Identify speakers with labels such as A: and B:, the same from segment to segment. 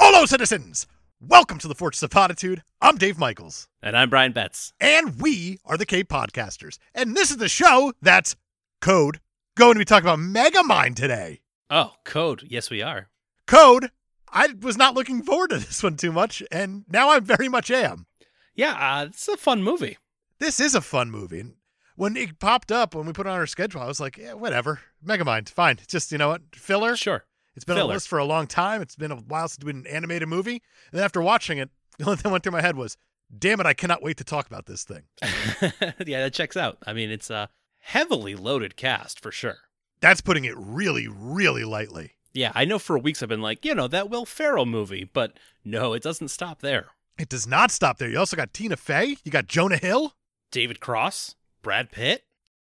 A: Hello, citizens! Welcome to the Fortress of Potitude. I'm Dave Michaels,
B: And I'm Brian Betts.
A: and we are the Cape Podcasters. And this is the show that's Code going to be talking about Megamind today.
B: Oh, code. Yes, we are.
A: Code, I was not looking forward to this one too much, and now I very much am.
B: Yeah, uh, it's a fun movie.
A: This is a fun movie. And when it popped up, when we put it on our schedule, I was like, yeah, whatever. Megamind, fine. It's Just, you know what? Filler.
B: Sure.
A: It's been on
B: Filler.
A: a list for a long time. It's been a while since we did an animated movie. And then after watching it, the only thing that went through my head was, damn it, I cannot wait to talk about this thing.
B: yeah, that checks out. I mean, it's a heavily loaded cast for sure.
A: That's putting it really, really lightly.
B: Yeah, I know for weeks I've been like, you know, that Will Ferrell movie, but no, it doesn't stop there.
A: It does not stop there. You also got Tina Fey. You got Jonah Hill.
B: David Cross, Brad Pitt.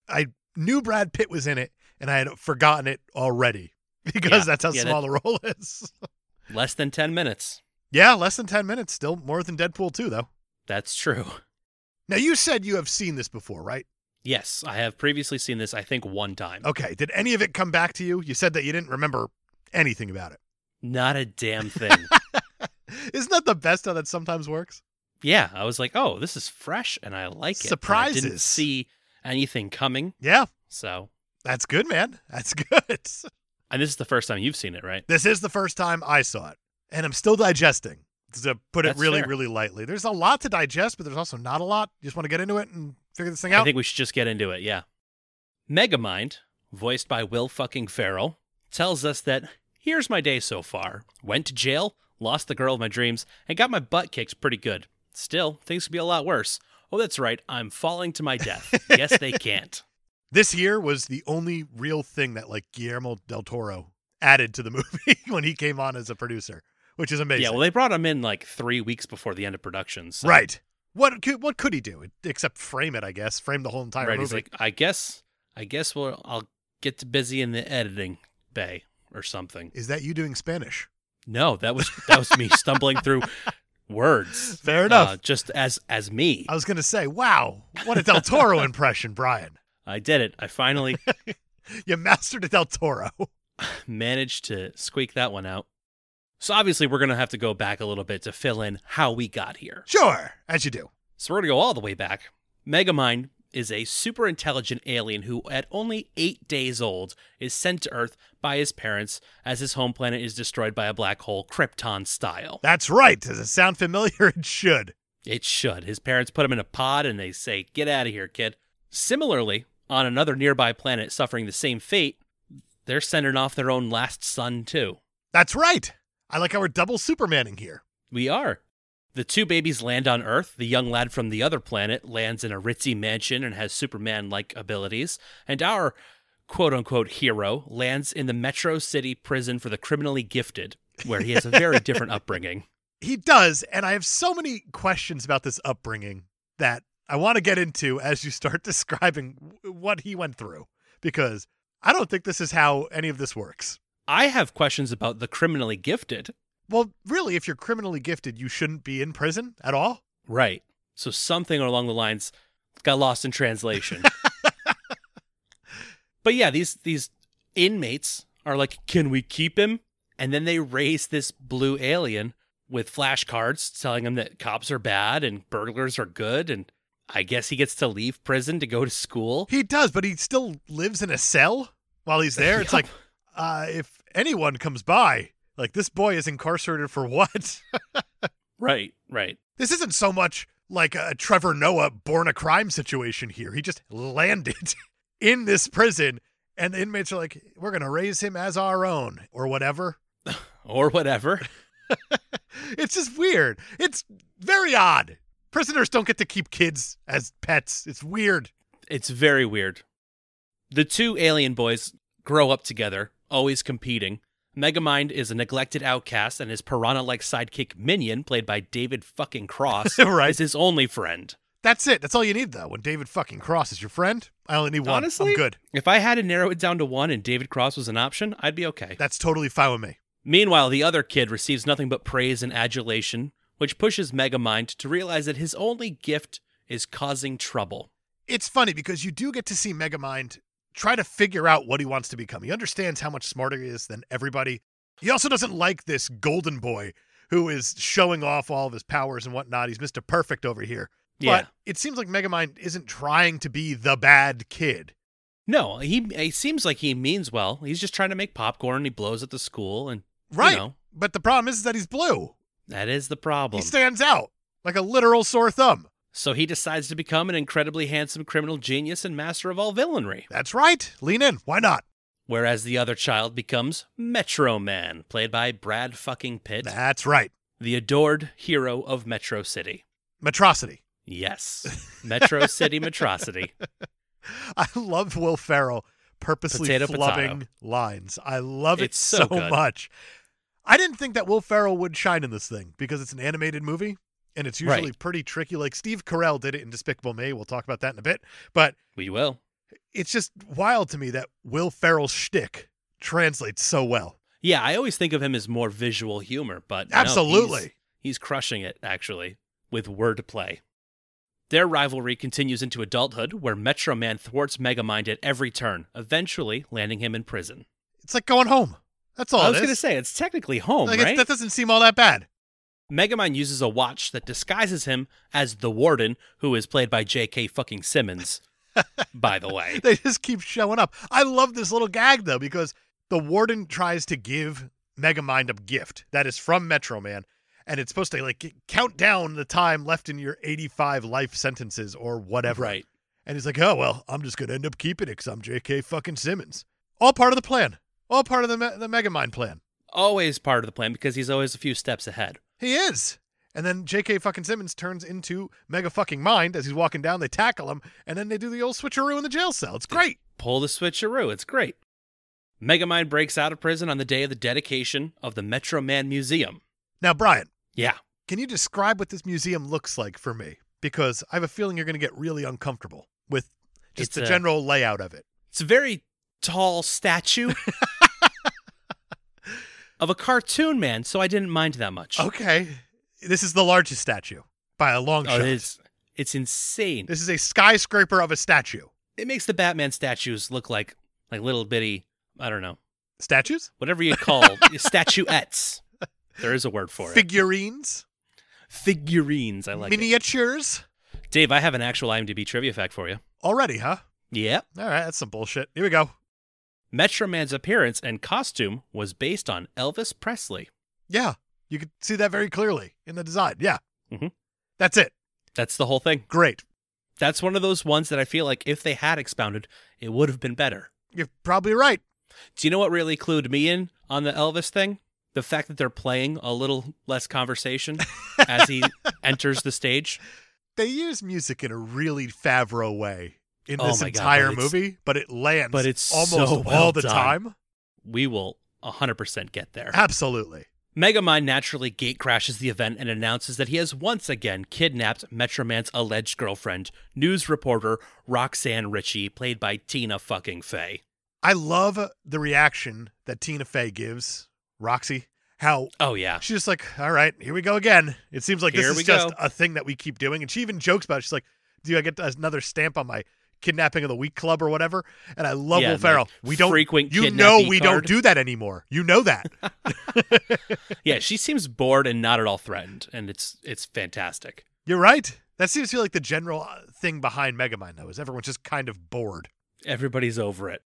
A: I knew Brad Pitt was in it, and I had forgotten it already because
B: Yeah.
A: that's how
B: Yeah, that-
A: small the role is.
B: Less than 10 minutes.
A: yeah, less than 10 minutes. Still more than Deadpool 2, though.
B: That's true.
A: Now, you said you have seen this before, right?
B: Yes, I have previously seen this, I think, one time.
A: Okay. Did any of it come back to you? You said that you didn't remember anything about it.
B: Not a damn thing.
A: Isn't that the best how that sometimes works?
B: yeah, I was like, oh, this is fresh and I like it. And I didn't
A: Surprises.
B: see anything coming.
A: Yeah,
B: So,
A: that's good, man. That's good.
B: and this is the first time you've seen it, right?
A: This is the first time I saw it, and I'm still digesting. To put it
B: That's
A: really,
B: fair.
A: really lightly, there's a lot to digest, but there's also not a lot. You just want to get into it and figure this thing out.
B: I think we should just get into it. Yeah. Megamind, voiced by Will fucking Ferrell, tells us that here's my day so far. Went to jail, lost the girl of my dreams, and got my butt kicked pretty good. Still, things could be a lot worse. Oh, that's right. I'm falling to my death. Guess they can't.
A: this year was the only real thing that like Guillermo del Toro added to the movie when he came on as a producer, which is amazing.
B: Yeah, well, they brought him in like three weeks before the end of production. So,
A: right. What could, what could he do except frame it? I guess frame the whole entire
B: Right. He's
A: movie.
B: like, I guess, I guess we'll, I'll get busy in the editing bay or something.
A: is that you doing Spanish?
B: No, that was that was me stumbling through words.
A: Fair enough.
B: Uh, just as as me,
A: I was gonna say, wow, what a del Toro impression, Brian.
B: I did it. I finally
A: You mastered a del Toro.
B: managed to squeak that one out. So obviously, we're gonna have to go back a little bit to fill in how we got here.
A: sure, as you do.
B: So we're gonna go all the way back. Megamind is a super intelligent alien who, at only eight days old, is sent to Earth by his parents as his home planet is destroyed by a black hole, Krypton style.
A: That's right. Does it sound familiar? It should.
B: It should. His parents put him in a pod and they say, Get out of here, kid. Similarly, on another nearby planet suffering the same fate, they're sending off their own last son, too.
A: That's right. I like how we're double Supermaning here.
B: We are. The two babies land on Earth. The young lad from the other planet lands in a ritzy mansion and has Superman like abilities. And our quote unquote hero lands in the Metro City prison for the criminally gifted, where he has a very different upbringing.
A: He does, and I have so many questions about this upbringing that I want to get into as you start describing w- what he went through because I don't think this is how any of this works.
B: I have questions about the criminally gifted.
A: Well, really, if you're criminally gifted, you shouldn't be in prison at all.
B: Right. So something along the lines got lost in translation. but yeah, these these inmates are like, "Can we keep him?" And then they raise this blue alien with flashcards telling him that cops are bad and burglars are good and I guess he gets to leave prison to go to school.
A: He does, but he still lives in a cell while he's there. It's like, uh, if anyone comes by, like this boy is incarcerated for what?
B: Right, right.
A: This isn't so much like a Trevor Noah born a crime situation here. He just landed in this prison, and the inmates are like, we're going to raise him as our own or whatever.
B: Or whatever.
A: It's just weird. It's very odd. Prisoners don't get to keep kids as pets. It's weird.
B: It's very weird. The two alien boys grow up together, always competing, Megamind is a neglected outcast, and his piranha like sidekick Minion, played by David fucking Cross,
A: right?
B: is his only friend.
A: That's it. That's all you need, though. When David fucking Cross is your friend, I only need one.
B: Honestly?
A: I'm good.
B: If I had to narrow it down to one and David Cross was an option, I'd be okay.
A: That's totally fine with me.
B: Meanwhile, the other kid receives nothing but praise and adulation, which pushes Megamind to realize that his only gift is causing trouble.
A: It's funny because you do get to see Megamind try to figure out what he wants to become. He understands how much smarter he is than everybody. He also doesn't like this golden boy who is showing off all of his powers and whatnot. He's Mr. Perfect over here.
B: Yeah.
A: But it seems like Megamind isn't trying to be the bad kid.
B: No, he it seems like he means well. He's just trying to make popcorn. He blows at the school, and you
A: Right.
B: know,
A: But the problem is that he's blue.
B: that is the problem.
A: He stands out like a literal sore thumb.
B: so he decides to become an incredibly handsome criminal genius and master of all villainry.
A: That's right. Lean in. Why not?
B: Whereas the other child becomes Metro Man, played by Brad fucking Pitt,
A: That's right.
B: the adored hero of Metro City.
A: Metrocity.
B: Yes, Metro City Metrocity.
A: I love Will Ferrell purposely
B: Potato,
A: flubbing lines. I love
B: It's so
A: it so,
B: good.
A: much. I didn't think that Will Ferrell would shine in this thing because it's an animated movie and it's usually
B: Right.
A: pretty tricky. Like Steve Carell did it in Despicable Me. We'll talk about that in a bit. But
B: We will.
A: it's just wild to me that Will Ferrell's shtick translates so well.
B: Yeah, I always think of him as more visual humor, but no, he's-
A: Absolutely.
B: He's crushing it, actually, with wordplay. Their rivalry continues into adulthood, where Metro Man thwarts Megamind at every turn, eventually landing him in prison.
A: it's like going home. That's all
B: I
A: it
B: was going to
A: is.
B: say, it's technically home,
A: like, it's-
B: right?
A: That doesn't seem all that bad.
B: Megamind uses a watch that disguises him as the Warden, who is played by J.K. fucking Simmons, by the way.
A: they just keep showing up. I love this little gag though because the warden tries to give Megamind a gift that is from Metro Man, and it's supposed to like count down the time left in your 85 life sentences or whatever.
B: Right.
A: And he's like, "Oh well, I'm just gonna end up keeping it because I'm J.K. fucking Simmons." All part of the plan. All part of the Me- the Megamind plan.
B: Always part of the plan because he's always a few steps ahead.
A: He is. And then J.K. fucking Simmons turns into Mega fucking Mind as he's walking down. They tackle him, and then they do the old switcheroo in the jail cell. It's great.
B: pull the switcheroo. It's great. Megamind breaks out of prison on the day of the dedication of the Metro Man Museum.
A: Now, Brian,
B: Yeah.
A: Can you describe what this museum looks like for me? Because I have a feeling you're going to get really uncomfortable with just
B: It's
A: the
B: a-
A: general layout of it.
B: It's a very tall statue of a cartoon man, so I didn't mind that much.
A: Okay. Oh, This is the largest statue by a long
B: Oh,
A: shot.
B: it is, it's insane.
A: This is a skyscraper of a statue.
B: It makes the Batman statues look like like little bitty, I don't know,
A: Statues?
B: whatever you call statuettes. There is a word for it.
A: Figurines?
B: Figurines, I like it.
A: miniatures?
B: Dave, I have an actual IMDb trivia fact for you.
A: Already, huh?
B: Yep.
A: All right, that's some bullshit. Here we go.
B: Metro Man's appearance and costume was based on Elvis Presley.
A: Yeah. You could see that very clearly in the design. Yeah.
B: Mhm.
A: That's it.
B: That's the whole thing.
A: Great.
B: That's one of those ones that I feel like if they had expounded, it would have been better.
A: You're probably right.
B: Do you know what really clued me in on the Elvis thing? The fact that they're playing a little less conversation as he enters the stage.
A: They use music in a really Favreau way in
B: Oh
A: this
B: my God, but
A: entire
B: it's-
A: movie, but it lands
B: but it's
A: almost
B: so well
A: all the
B: done.
A: time.
B: We will 100% get there.
A: Absolutely.
B: Megamind naturally gate crashes the event and announces that he has once again kidnapped Metroman's alleged girlfriend, news reporter Roxanne Ritchie, played by Tina fucking Fey.
A: I love the reaction that Tina Fey gives, Roxy. How
B: Oh, yeah.
A: she's just like, all right, here we go again. It seems like
B: Here
A: this
B: we
A: is just
B: go.
A: a thing that we keep doing. And she even jokes about it. She's like, do I get another stamp on my kidnapping of the week club or whatever? And I love
B: Yeah,
A: Will
B: like,
A: Ferrell. we don't,
B: frequent
A: you
B: kidnappee
A: know, we
B: card.
A: don't do that anymore. You know that.
B: Yeah, she seems bored and not at all threatened, and it's it's fantastic.
A: You're right. That seems to be like the general uh, thing behind Megamind, though, is everyone's just kind of bored.
B: Everybody's over it.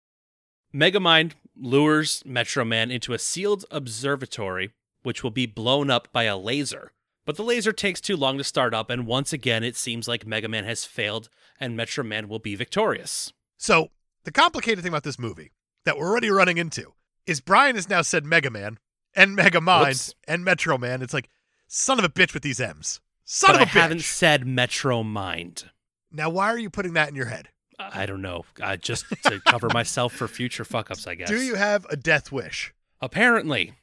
B: Megamind lures Metro Man into a sealed observatory, which will be blown up by a laser. But the laser takes too long to start up, and once again, it seems like Mega Man has failed, and Metro Man will be victorious.
A: So the complicated thing about this movie that we're already running into is Brian has now said Mega Man and Mega Mind
B: Whoops.
A: and Metro Man. It's like son of a bitch with these M's. Son
B: but
A: of a
B: I haven't
A: bitch.
B: said Metro Mind.
A: Now why are you putting that in your head?
B: I I don't know, uh, just to cover myself for future fuck ups, I guess.
A: Do you have a death wish?
B: Apparently.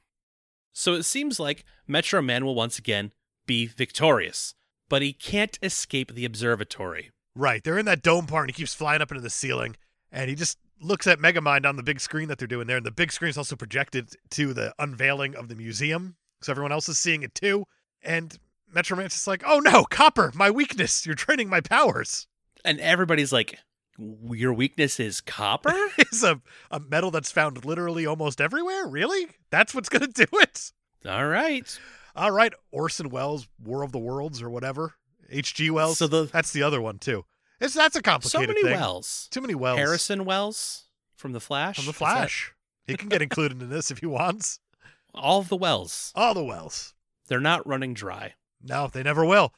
B: So it seems like Metro Man will once again be victorious, but he can't escape the observatory.
A: Right. They're in that dome part and he keeps flying up into the ceiling and he just looks at Megamind on the big screen that they're doing there. And the big screen is also projected to the unveiling of the museum. So everyone else is seeing it too. And Metro Man's just like, oh no, Copper, my weakness. You're training my powers.
B: And everybody's like, Your weakness is copper?
A: It's a, a metal that's found literally almost everywhere. Really? That's what's going to do it?
B: All right.
A: All right. Orson Welles, War of the Worlds or whatever. H.G. Wells.
B: So the-
A: that's the other one too. It's, that's a
B: So
A: complicated
B: many
A: thing.
B: Wells.
A: Too many Wells.
B: Harrison Wells from The Flash.
A: From the
B: Is that-
A: Flash. He can get included in this if he wants.
B: All of the Wells.
A: All the Wells.
B: They're not running dry.
A: No, they never will.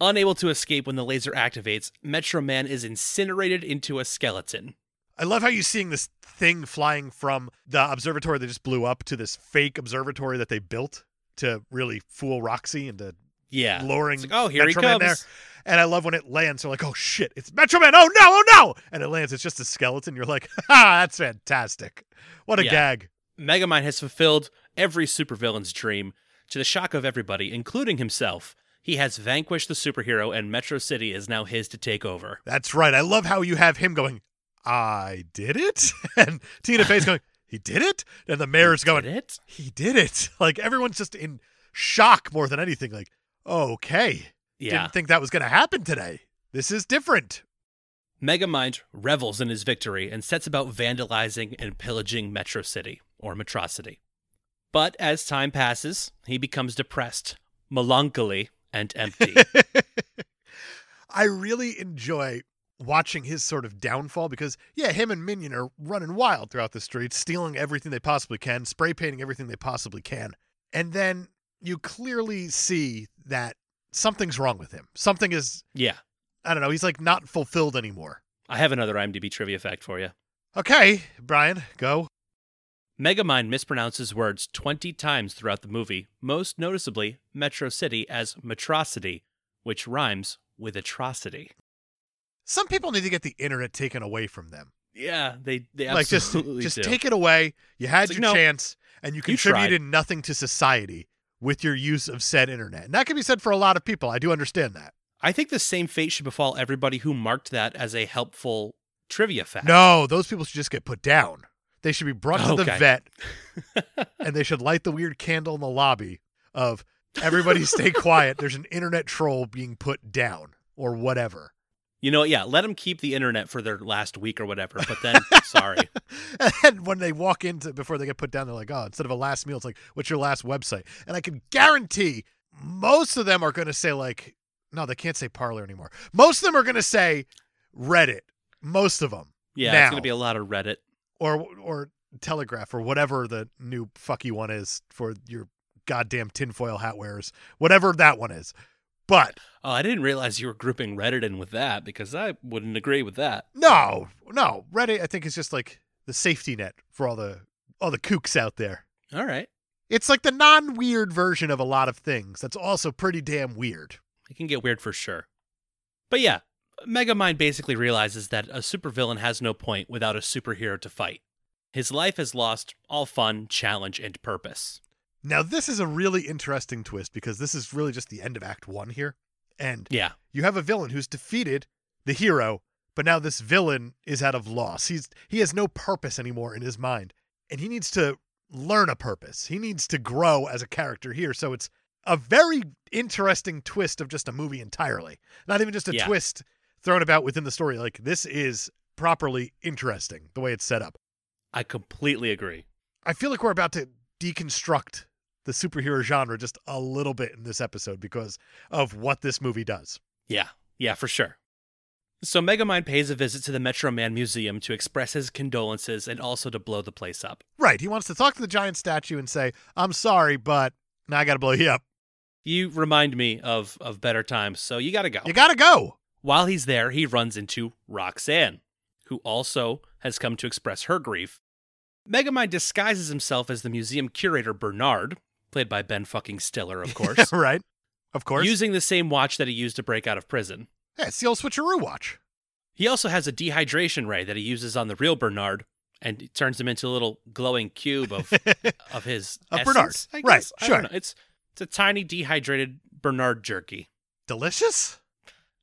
B: Unable to escape when the laser activates, Metro Man is incinerated into a skeleton.
A: I love how you're seeing this thing flying from the observatory that just blew up to this fake observatory that they built to really fool Roxy into.
B: Yeah.
A: Lowering
B: It's like, oh, here he
A: Metro
B: comes.
A: Man there. And I love when it lands. They're like, "Oh shit, it's Metro Man! Oh no, oh no!" And it lands. It's just a skeleton. You're like, "Ha, that's fantastic! What a
B: Yeah.
A: gag!"
B: Megamind has fulfilled every supervillain's dream. To the shock of everybody, including himself, he has vanquished the superhero, and Metro City is now his to take over.
A: That's right. I love how you have him going, "I did it," and Tina Fey's going, "He did it," and the mayor's going,
B: Did it?
A: he did it. Like everyone's just in shock more than anything. Like, okay,
B: Yeah.
A: didn't think that was going to happen today. This is different.
B: Megamind revels in his victory and sets about vandalizing and pillaging Metro City, or Metrocity. But as time passes, he becomes depressed, melancholy, and empty.
A: I really enjoy watching his sort of downfall because yeah, him and Minion are running wild throughout the streets, stealing everything they possibly can, spray painting everything they possibly can. And then you clearly see that something's wrong with him. Something is
B: yeah.
A: I don't know, he's like not fulfilled anymore.
B: I have another IMDb trivia fact for you.
A: Okay, Brian, go.
B: Megamind mispronounces words 20 times throughout the movie, most noticeably Metro City as Metrocity, which rhymes with atrocity.
A: Some people need to get the internet taken away from them.
B: Yeah, they, they
A: like just
B: absolutely
A: just
B: do.
A: take it away. You had
B: It's like,
A: your
B: no,
A: chance, and you
B: you tried.
A: contributed nothing to society with your use of said internet. And that can be said for a lot of people. I do understand that.
B: I think the same fate should befall everybody who marked that as a helpful trivia fact.
A: No, those people should just get put down. They should be brought to the
B: Okay.
A: vet, and they should light the weird candle in the lobby of everybody stay quiet. There's an internet troll being put down or whatever.
B: You know, what? yeah, let them keep the internet for their last week or whatever, but then, sorry.
A: And when they walk into before they get put down, they're like, "Oh, instead of a last meal, it's like, what's your last website?" And I can guarantee most of them are going to say like, "No, they can't say Parlor anymore." Most of them are going to say Reddit. Most of them,
B: Yeah,
A: Now.
B: it's going to be a lot of Reddit.
A: or or Telegraph, or whatever the new fucky one is for your goddamn tinfoil hat wearers, whatever that one is. But
B: Oh, I didn't realize you were grouping Reddit in with that because I wouldn't agree with that.
A: no, no, Reddit, I think is just like the safety net for all the all the kooks out there.
B: All right.
A: It's like the non weird version of a lot of things that's also pretty damn weird.
B: It can get weird for sure. But yeah, Megamind basically realizes that a supervillain has no point without a superhero to fight. His life has lost all fun, challenge, and purpose.
A: Now, this is a really interesting twist because this is really just the end of Act One here. And
B: Yeah.
A: you have a villain who's defeated the hero, but now this villain is out of loss. He's he has no purpose anymore in his mind, and he needs to learn a purpose. He needs to grow as a character here. So it's a very interesting twist of just a movie entirely. Not even just a
B: Yeah.
A: twist thrown about within the story. Like this is properly interesting the way it's set up.
B: I completely agree.
A: I feel like we're about to deconstruct the superhero genre just a little bit in this episode because of what this movie does.
B: Yeah, yeah, for sure. So Megamind pays a visit to the Metro Man Museum to express his condolences and also to blow the place up.
A: Right. He wants to talk to the giant statue and say, I'm sorry, but now I got to blow you up.
B: You remind me of of better times, so you gotta go.
A: You got to go.
B: While he's there, he runs into Roxanne, who also has come to express her grief. Megamind disguises himself as the museum curator Bernard, played by Ben fucking Stiller, of course,
A: right. Of course.
B: using the same watch that he used to break out of prison.
A: yeah, it's the old switcheroo watch.
B: He also has a dehydration ray that he uses on the real Bernard, and it turns him into a little glowing cube of of his
A: Of
B: essence,
A: Bernard.
B: I
A: Right,
B: guess. I
A: sure.
B: don't know. It's it's a tiny dehydrated Bernard jerky.
A: Delicious?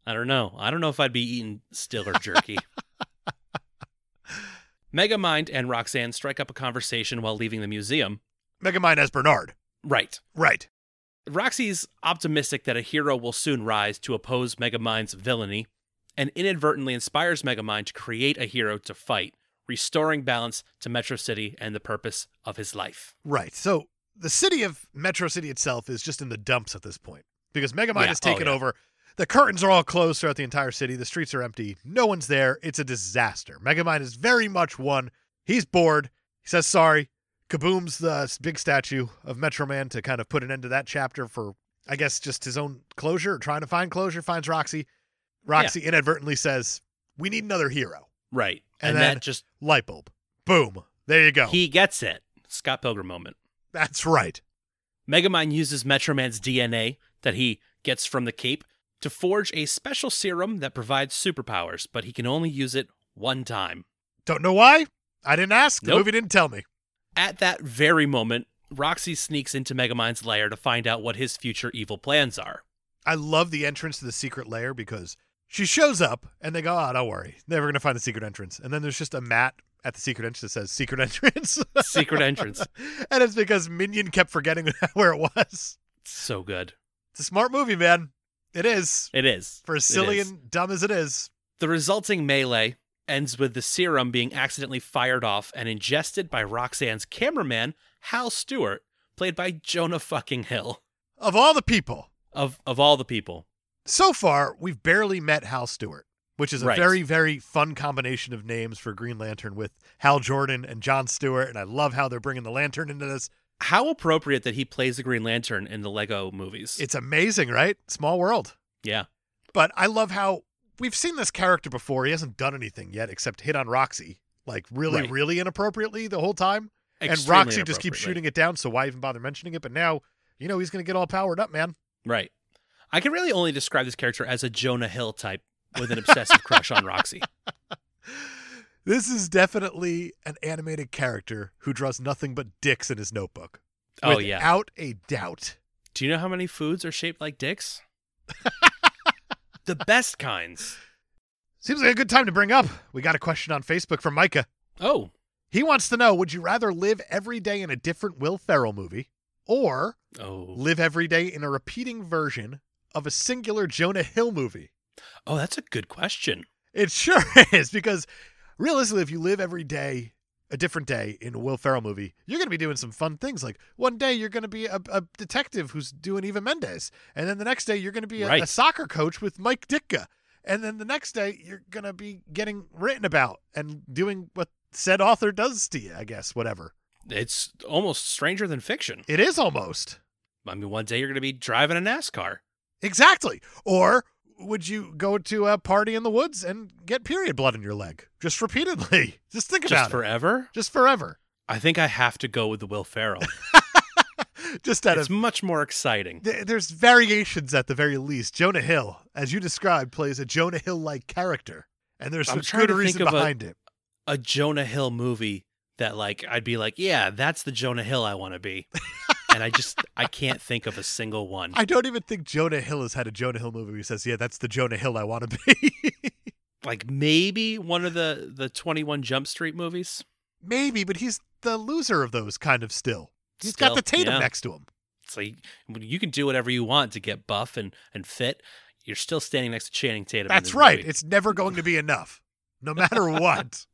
B: I don't know. I don't know if I'd be eating stiller jerky. Megamind and Roxanne strike up a conversation while leaving the museum.
A: Megamind as Bernard.
B: Right.
A: Right.
B: Roxy's optimistic that a hero will soon rise to oppose Megamind's villainy and inadvertently inspires Megamind to create a hero to fight, restoring balance to Metro City and the purpose of his life.
A: Right. So the city of Metro City itself is just in the dumps at this point because Megamind
B: Yeah.
A: has
B: Oh,
A: taken
B: yeah.
A: over. The curtains are all closed throughout the entire city. The streets are empty. No one's there. It's a disaster. Megamind is very much one. He's bored. He says sorry. Kabooms the s- big statue of Metro Man to kind of put an end to that chapter for, I guess, just his own closure, or trying to find closure, finds Roxy. Roxy inadvertently says, We need another hero.
B: Right.
A: And
B: And,
A: then-
B: that just,
A: Light bulb. Boom. There you go.
B: he gets it. Scott Pilgrim moment.
A: That's right.
B: Megamind uses Metroman's DNA that he gets from the cape to forge a special serum that provides superpowers, but he can only use it one time.
A: Don't know why. I didn't ask. The
B: Nope.
A: movie didn't tell me.
B: At that very moment, Roxy sneaks into Megamind's lair to find out what his future evil plans are.
A: I love the entrance to the secret lair because she shows up and they go, oh, don't worry. Never going to find the secret entrance. And then there's just a mat at the secret entrance that says secret entrance.
B: Secret entrance.
A: and it's because Minion kept forgetting where it was.
B: So good.
A: It's a smart movie, man. It is.
B: It is.
A: For
B: It
A: as silly
B: is.
A: and dumb as it is.
B: The resulting melee ends with the serum being accidentally fired off and ingested by Roxanne's cameraman, Hal Stewart, played by Jonah fucking Hill.
A: Of all the people,
B: Of of all the people.
A: so far, we've barely met Hal Stewart, which is a
B: Right.
A: very, very fun combination of names for Green Lantern with Hal Jordan and John Stewart. And I love how they're bringing the lantern into this.
B: How appropriate that he plays the Green Lantern in the Lego movies.
A: It's amazing, right? Small world.
B: yeah.
A: But I love how we've seen this character before. He hasn't done anything yet except hit on Roxy, like really,
B: Right.
A: really inappropriately the whole time. and
B: Extremely
A: Roxy just
B: inappropriate.
A: keeps shooting it down, so why even bother mentioning it? But now, you know, he's going to get all powered up, man.
B: Right. I can really only describe this character as a Jonah Hill type with an obsessive crush on Roxy.
A: This is definitely an animated character who draws nothing but dicks in his notebook.
B: Oh yeah.
A: Without a doubt.
B: Do you know how many foods are shaped like dicks? the best kinds.
A: Seems like a good time to bring up. We got a question on Facebook from Micah.
B: Oh,
A: He wants to know Would you rather live every day in a different Will Ferrell movie or
B: oh,
A: live every day in a repeating version of a singular Jonah Hill movie?
B: oh! That's a good question.
A: It sure is because realistically, if you live every day a different day in a Will Ferrell movie, you're going to be doing some fun things. Like one day you're going to be a, a detective who's doing Eva Mendes, and then the next day you're going to be a,
B: Right.
A: a soccer coach with Mike Ditka, and then the next day you're going to be getting written about and doing what said author does to you. I guess whatever
B: It's almost stranger than fiction.
A: it is almost.
B: I mean, one day you're going to be driving a NASCAR.
A: Exactly. Or would you go to a party in the woods and get period blood in your leg just repeatedly? Just think
B: Just
A: about it.
B: forever?
A: Just forever.
B: I think I have to go with the Will Ferrell.
A: Just out
B: it's
A: of
B: much more exciting.
A: th- there's variations at the very least. Jonah Hill, as you described, plays a Jonah Hill like character, and there's
B: I'm
A: some
B: trying
A: good
B: to think
A: reason
B: of a-
A: behind it.
B: A Jonah Hill movie that, like, I'd be like, yeah, that's the Jonah Hill I want to be. and I just, I can't think of a single one.
A: I don't even think Jonah Hill has had a Jonah Hill movie where he says, "Yeah, that's the Jonah Hill I want to be."
B: Like, maybe one of the the 21 Jump Street movies.
A: Maybe, but he's the loser of those kind of still. He's got
B: Still,
A: the Tatum
B: yeah.
A: next to him.
B: It's like you can do whatever you want to get buff and, and fit. You're still standing next to Channing Tatum. in
A: That's
B: this
A: right.
B: movie.
A: It's never going to be enough, no matter what.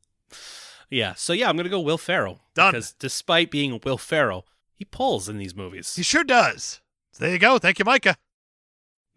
B: Yeah. So yeah, I'm gonna go Will Ferrell.
A: Done.
B: Because despite being Will Ferrell, he pulls in these movies.
A: He sure does. So there you go. Thank you, Micah.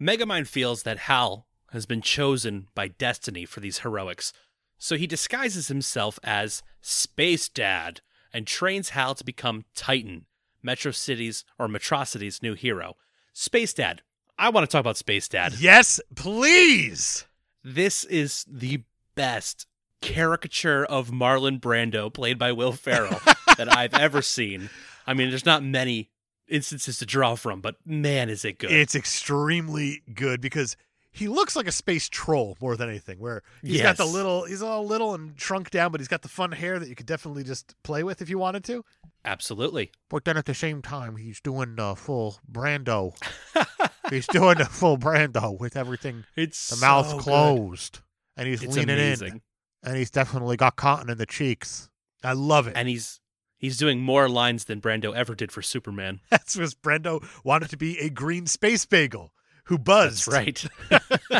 B: Megamind feels that Hal has been chosen by destiny for these heroics, so he disguises himself as Space Dad and trains Hal to become Titan, Metro City's or Metrocity's new hero. Space Dad. I want to talk about Space Dad.
A: Yes, please.
B: This is the best caricature of Marlon Brando played by Will Ferrell that I've ever seen. I mean, there's not many instances to draw from, but man, is it good.
A: It's extremely good because he looks like a space troll more than anything, where he's got the
B: Yes.
A: little, he's all little and shrunk down, but he's got the fun hair that you could definitely just play with if you wanted to.
B: Absolutely.
A: But then at the same time, he's doing the full Brando. he's doing the full Brando with everything,
B: It's
A: the mouth
B: so good.
A: closed, and he's
B: It's
A: leaning
B: amazing.
A: in, and he's definitely got cotton in the cheeks. I love it.
B: And he's he's doing more lines than Brando ever did for Superman.
A: That's because Brendo wanted to be a green space bagel who buzzed.
B: That's right.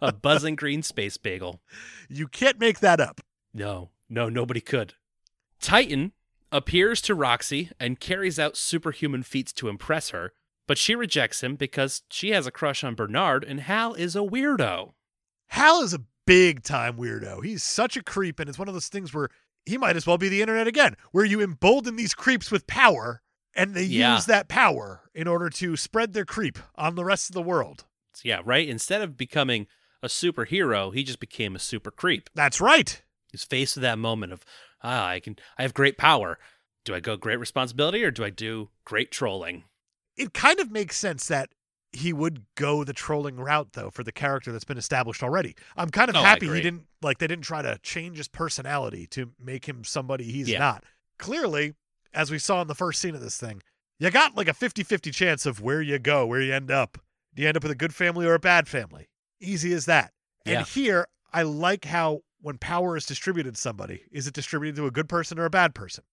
B: a buzzing green space bagel.
A: You can't make that up.
B: No, no, nobody could. Titan appears to Roxy and carries out superhuman feats to impress her, but she rejects him because she has a crush on Bernard and Hal is a weirdo.
A: Hal is a big time weirdo. He's such a creep, and it's one of those things where he might as well be the internet again, where you embolden these creeps with power, and they
B: Yeah.
A: use that power in order to spread their creep on the rest of the world.
B: So yeah, right? Instead of becoming a superhero, he just became a super creep.
A: That's right.
B: He's faced with that moment of, ah, I can I have great power. Do I go great responsibility or do I do great trolling?
A: It kind of makes sense that he would go the trolling route though for the character that's been established already. I'm kind of
B: Oh, I
A: happy he
B: agree.
A: didn't like they didn't try to change his personality to make him somebody he's
B: Yeah.
A: not. Clearly, as we saw in the first scene of this thing, you got like a 50-50 chance of where you go, where you end up. Do you end up with a good family or a bad family? Easy as that.
B: Yeah.
A: And here, I like how when power is distributed to somebody, is it distributed to a good person or a bad person?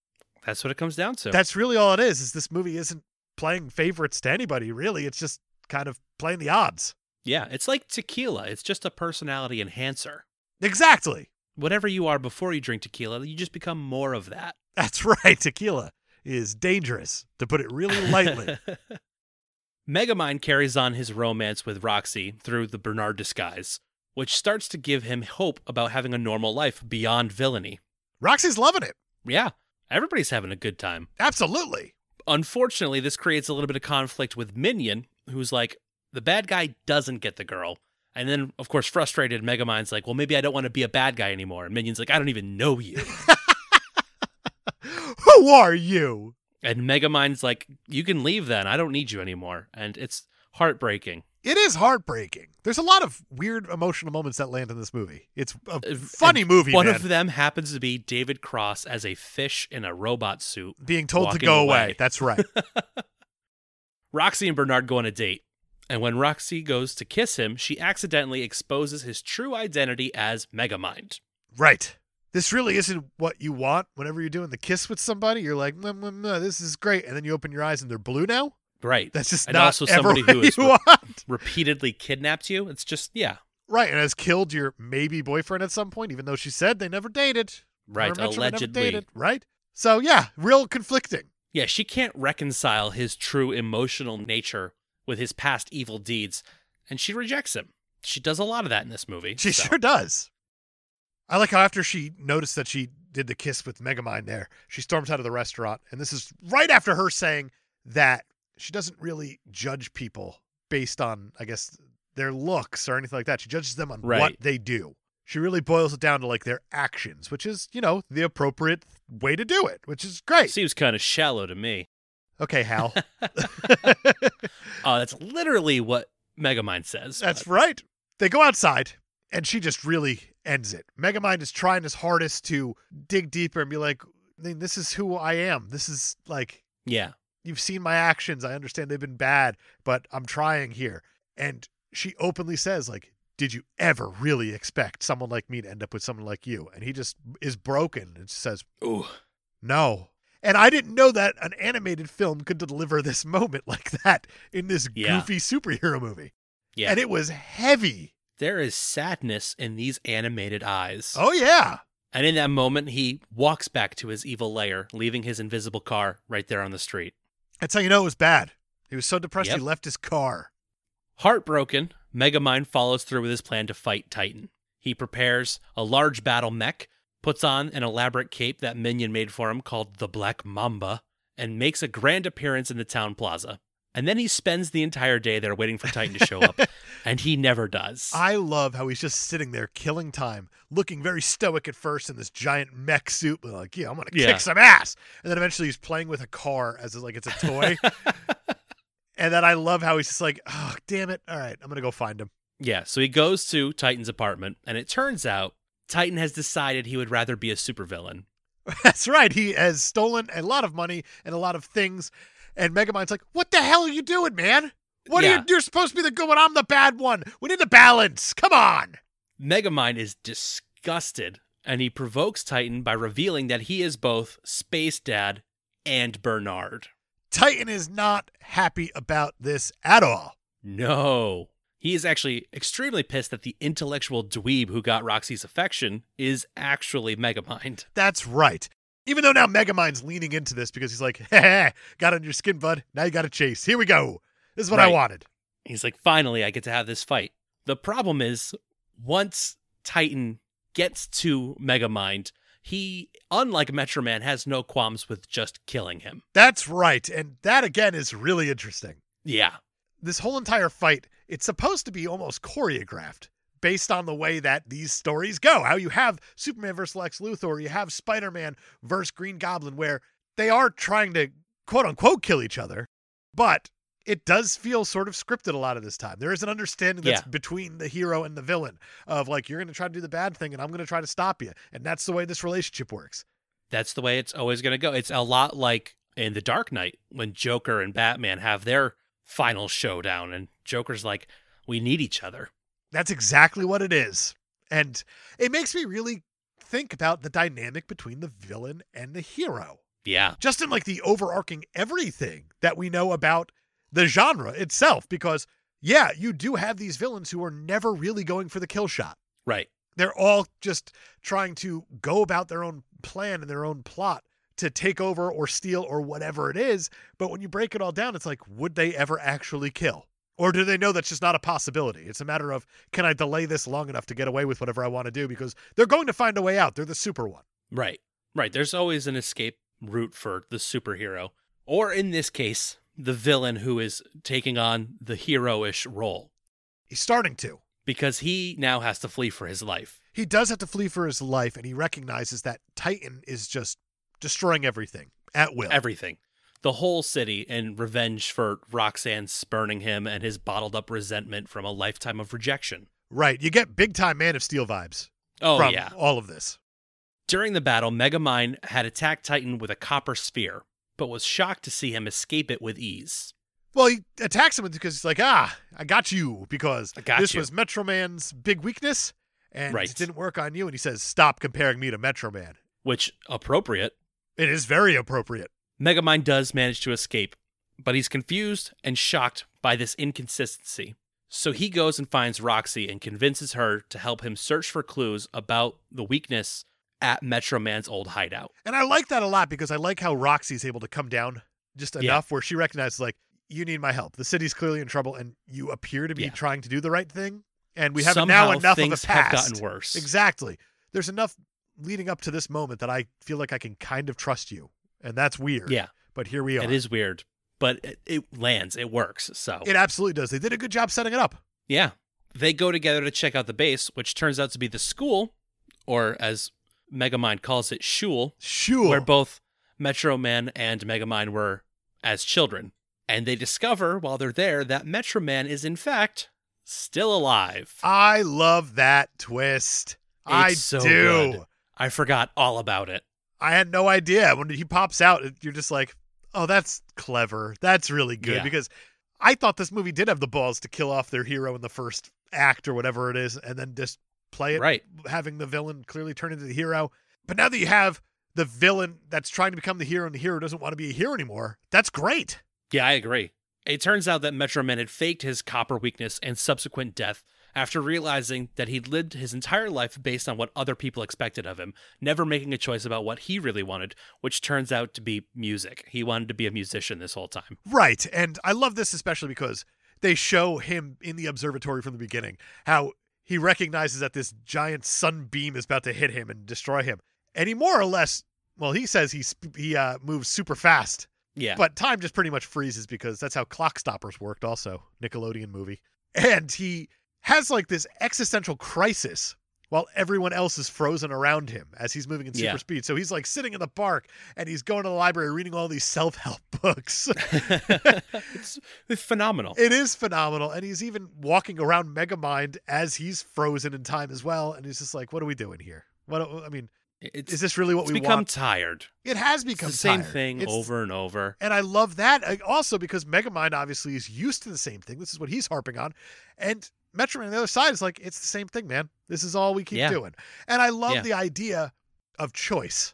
B: That's what it comes down to.
A: That's really all it is. Is this movie isn't playing favorites to anybody really? It's just kind of playing the odds.
B: yeah, it's like tequila. It's just a personality enhancer.
A: Exactly.
B: Whatever you are before you drink tequila, you just become more of that.
A: That's right. Tequila is dangerous, to put it really lightly.
B: Megamind carries on his romance with Roxy through the Bernard disguise, which starts to give him hope about having a normal life beyond villainy.
A: Roxy's loving it.
B: Yeah, everybody's having a good time.
A: Absolutely.
B: Unfortunately, this creates a little bit of conflict with Minion, who's like, the bad guy doesn't get the girl. And then, of course, frustrated, Megamind's like, well, maybe I don't want to be a bad guy anymore. And Minion's like, I don't even know you.
A: Who are you?
B: and Megamind's like, you can leave then. I don't need you anymore. And it's heartbreaking.
A: It is heartbreaking. There's a lot of weird emotional moments that land in this movie. It's a
B: Uh,
A: funny
B: and
A: movie,
B: One
A: man.
B: of them happens to be David Cross as a fish in a robot suit.
A: Being told to
B: walking
A: go away.
B: away.
A: That's right.
B: Roxy and Bernard go on a date. And when Roxy goes to kiss him, she accidentally exposes his true identity as Megamind.
A: right. This really isn't what you want. Whenever you're doing the kiss with somebody, you're like, "Mwah, mwah, mwah, "This is great," and then you open your eyes and they're blue now.
B: Right.
A: That's just
B: And
A: not
B: also
A: ever
B: somebody who
A: what
B: is
A: you
B: with-
A: want.
B: repeatedly kidnapped you. It's just yeah,
A: right, and has killed your maybe boyfriend at some point, even though she said they never dated. Her
B: right.
A: and Mitchell were never
B: Allegedly,
A: dated, right? So yeah, real conflicting.
B: yeah. She can't reconcile his true emotional nature with his past evil deeds, and she rejects him. She does a lot of that in this movie.
A: She
B: so-
A: sure does. I like how after she noticed that she did the kiss with Megamind there, she storms out of the restaurant, and this is right after her saying that she doesn't really judge people based on, I guess, their looks or anything like that. She judges them on what
B: Right.
A: they do. She really boils it down to like their actions, which is, you know, the appropriate way to do it, which is great.
B: seems kind of shallow to me.
A: Okay, Hal.
B: Oh, that's literally what Megamind says.
A: That's
B: but-
A: right. They go outside, and she just really ends it. Megamind is trying his hardest to dig deeper and be like, I mean, this is who I am. This is like,
B: yeah,
A: you've seen my actions. I understand they've been bad, but I'm trying here. And she openly says, like, did you ever really expect someone like me to end up with someone like you? And he just is broken and says,
B: ooh,
A: no. And I didn't know that an animated film could deliver this moment like that in this
B: Yeah.
A: goofy superhero movie.
B: yeah.
A: And it was heavy.
B: there is sadness in these animated eyes.
A: Oh yeah.
B: And in that moment, he walks back to his evil lair, leaving his invisible car right there on the street.
A: That's how you know it was bad. He was so depressed
B: Yep.
A: he left his car.
B: Heartbroken, Megamind follows through with his plan to fight Titan. He prepares a large battle mech, puts on an elaborate cape that Minion made for him called the Black Mamba, and makes a grand appearance in the town plaza. And then he spends the entire day there waiting for Titan to show up, and he never does.
A: I love how he's just sitting there killing time, looking very stoic at first in this giant mech suit, but like, yeah, I'm gonna
B: Yeah.
A: kick some ass. And then eventually he's playing with a car as like it's a toy. and then I love how he's just like, oh damn it. All right, I'm gonna go find him.
B: Yeah, so he goes to Titan's apartment, and it turns out Titan has decided he would rather be a supervillain.
A: That's right. He has stolen a lot of money and a lot of things. And Megamind's like, what the hell are you doing, man? What are
B: Yeah.
A: you? You're supposed to be the good one. I'm the bad one. We need the balance. Come on.
B: Megamind is disgusted, and he provokes Titan by revealing that he is both Space Dad and Bernard.
A: Titan is not happy about this at all.
B: No. He is actually extremely pissed that the intellectual dweeb who got Roxy's affection is actually Megamind.
A: That's right. Even though now Megamind's leaning into this because he's like, hey, got on your skin, bud. Now you got to chase. Here we go. This is what I
B: Right.
A: wanted.
B: He's like, finally, I get to have this fight. The problem is, once Titan gets to Megamind, he, unlike Metroman, has no qualms with just killing him.
A: That's right. And that again is really interesting.
B: Yeah.
A: This whole entire fight, it's supposed to be almost choreographed based on the way that these stories go. How you have Superman versus Lex Luthor, or you have Spider Man versus Green Goblin, where they are trying to quote unquote kill each other, but it does feel sort of scripted a lot of this time. There is an understanding that's
B: Yeah.
A: between the hero and the villain of like, you're going to try to do the bad thing and I'm going to try to stop you. And that's the way this relationship works.
B: That's the way it's always going to go. It's a lot like in The Dark Knight when Joker and Batman have their final showdown, and Joker's like, we need each other.
A: That's exactly what it is. And it makes me really think about the dynamic between the villain and the hero.
B: Yeah.
A: Just in like the overarching everything that we know about the genre itself, because yeah, you do have these villains who are never really going for the kill shot.
B: Right.
A: They're all just trying to go about their own plan and their own plot to take over or steal or whatever it is. But when you break it all down, it's like, would they ever actually kill? Or do they know that's just not a possibility? It's a matter of, can I delay this long enough to get away with whatever I want to do? Because they're going to find a way out. They're the super one.
B: Right. Right. There's always an escape route for the superhero, or in this case, the villain who is taking on the heroish role
A: He's starting to.
B: because he now has to flee for his life.
A: He does have to flee for his life, and he recognizes that Titan is just destroying everything at will.
B: Everything. The whole city in revenge for Roxanne spurning him and his bottled up resentment from a lifetime of rejection.
A: right. You get big time Man of Steel vibes
B: Oh,
A: from
B: yeah.
A: all of this.
B: During the battle, Megamind had attacked Titan with a copper spear, but was shocked to see him escape it with ease.
A: Well, he attacks him because he's like, ah, I got you because
B: I got
A: this
B: you.
A: was Metro Man's big weakness and
B: Right.
A: it didn't work on you. And he says, stop comparing me to Metro Man.
B: Which, appropriate,
A: It is very appropriate.
B: Megamind does manage to escape, but he's confused and shocked by this inconsistency. So he goes and finds Roxy and convinces her to help him search for clues about the weakness at Metro Man's old hideout.
A: And I like that a lot because I like how Roxy's able to come down just
B: Yeah.
A: enough where she recognizes, like, you need my help. The city's clearly in trouble and you appear to be
B: Yeah.
A: trying to do the right thing. And we have
B: Somehow
A: now enough of a
B: things
A: past.
B: have gotten worse.
A: Exactly. There's enough leading up to this moment that I feel like I can kind of trust you. And that's weird.
B: Yeah,
A: But here we are.
B: it is weird, but it, it lands. It works. So
A: It absolutely does. They did a good job setting it up.
B: Yeah. They go together to check out the base, which turns out to be the school, or as Megamind calls it, Shul,
A: Sure.
B: where both Metro Man and Megamind were as children. And they discover while they're there that Metro Man is, in fact, still alive.
A: I love that twist. I
B: It's so
A: do.
B: good. I forgot all about it.
A: I had no idea. When he pops out, it- you're just like, oh, that's clever. That's really good
B: Yeah.
A: because I thought this movie did have the balls to kill off their hero in the first act or whatever it is and then just play it,
B: Right.
A: having the villain clearly turn into the hero. But now that you have the villain that's trying to become the hero and the hero doesn't want to be a hero anymore, that's great.
B: Yeah, I agree. It turns out that Metro Man had faked his copper weakness and subsequent death after realizing that he'd lived his entire life based on what other people expected of him, never making a choice about what he really wanted, which turns out to be music. He wanted to be a musician this whole time.
A: Right. And I love this especially because they show him in the observatory from the beginning, how he recognizes that this giant sunbeam is about to hit him and destroy him. And he more or less, well, he says he sp- he uh, moves super fast,
B: Yeah.
A: but time just pretty much freezes because that's how clock stoppers worked. Also, Nickelodeon movie, and he has like this existential crisis while everyone else is frozen around him as he's moving in super
B: Yeah.
A: speed. So he's like sitting in the park and he's going to the library reading all these self help books.
B: it's, it's phenomenal.
A: It is phenomenal. And he's even walking around Megamind as he's frozen in time as well. And he's just like, what are we doing here? What I mean,
B: it's
A: is this really what
B: it's
A: we
B: become
A: want?
B: tired.
A: It has
B: It's
A: become
B: the same
A: tired.
B: thing
A: It's-
B: over and over.
A: And I love that uh, also because Megamind obviously is used to the same thing. This is what he's harping on. And Metro Man on the other side is like, it's the same thing, man. This is all we keep
B: Yeah.
A: doing. And I love
B: Yeah.
A: the idea of choice.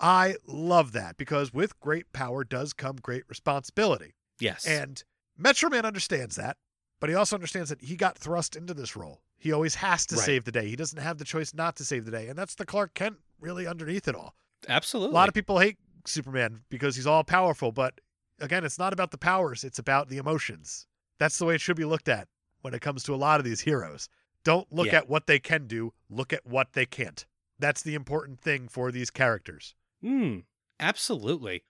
A: I love that because with great power does come great responsibility.
B: Yes.
A: And Metro Man understands that, but he also understands that he got thrust into this role. He always has to
B: Right.
A: save the day. He doesn't have the choice not to save the day. And that's the Clark Kent really underneath it all.
B: Absolutely.
A: A lot of people hate Superman because he's all powerful, but again, it's not about the powers, it's about the emotions. That's the way it should be looked at when it comes to a lot of these heroes. Don't look
B: Yeah.
A: at what they can do, look at what they can't. That's the important thing for these characters.
B: Mm, absolutely.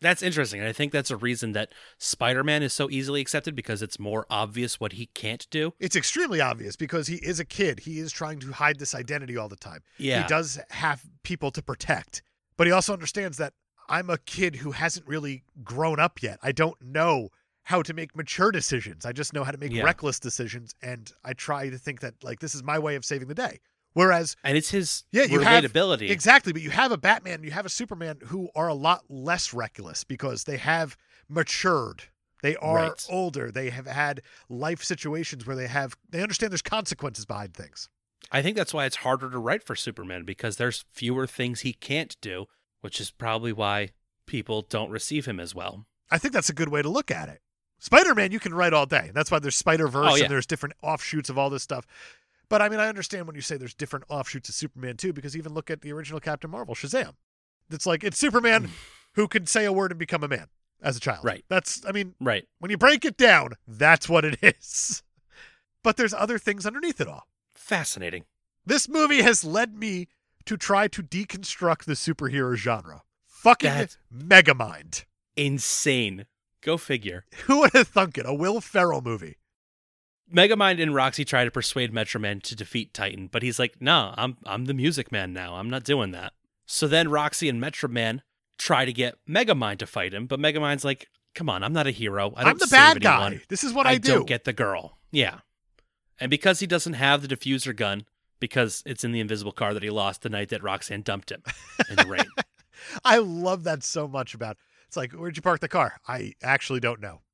B: That's interesting. And I think that's a reason that Spider Man is so easily accepted because it's more obvious what he can't do.
A: It's extremely obvious because he is a kid. He is trying to hide this identity all the time.
B: Yeah.
A: He does have people to protect, but he also understands that I'm a kid who hasn't really grown up yet. I don't know how to make mature decisions. I just know how to make
B: Yeah.
A: reckless decisions. And I try to think that, like, this is my way of saving the day. Whereas,
B: And it's his
A: Yeah, you have-
B: relatability.
A: exactly, but you have a Batman, you have a Superman who are a lot less reckless because they have matured. They are
B: Right.
A: older. They have had life situations where they have, they understand there's consequences behind things.
B: I think that's why it's harder to write for Superman because there's fewer things he can't do, which is probably why people don't receive him as well.
A: I think that's a good way to look at it. Spider Man, you can write all day. That's why there's Spider Verse
B: Oh, yeah.
A: and there's different offshoots of all this stuff. But I mean, I understand when you say there's different offshoots of Superman too, because even look at the original Captain Marvel, Shazam. It's like it's Superman who can say a word and become a man as a child.
B: Right.
A: That's, I mean,
B: Right.
A: when you break it down, that's what it is. But there's other things underneath it all.
B: Fascinating.
A: This movie has led me to try to deconstruct the superhero genre. Fucking
B: That's-
A: Megamind.
B: Insane. Go figure.
A: Who would have thunk it? A Will Ferrell movie.
B: Megamind and Roxy try to persuade Metro Man to defeat Titan, but he's like, "Nah, I'm I'm the Music Man now. I'm not doing that." So then Roxy and Metro Man try to get Megamind to fight him, but Megamind's like, "Come on, I'm not a hero. I don't
A: I'm the
B: save
A: bad guy.
B: anyone.
A: This is what I, do.
B: don't get the girl." Yeah, and because he doesn't have the diffuser gun, because it's in the invisible car that he lost the night that Roxanne dumped him in the rain.
A: I love that so much about. It's like, where'd you park the car? I actually don't know.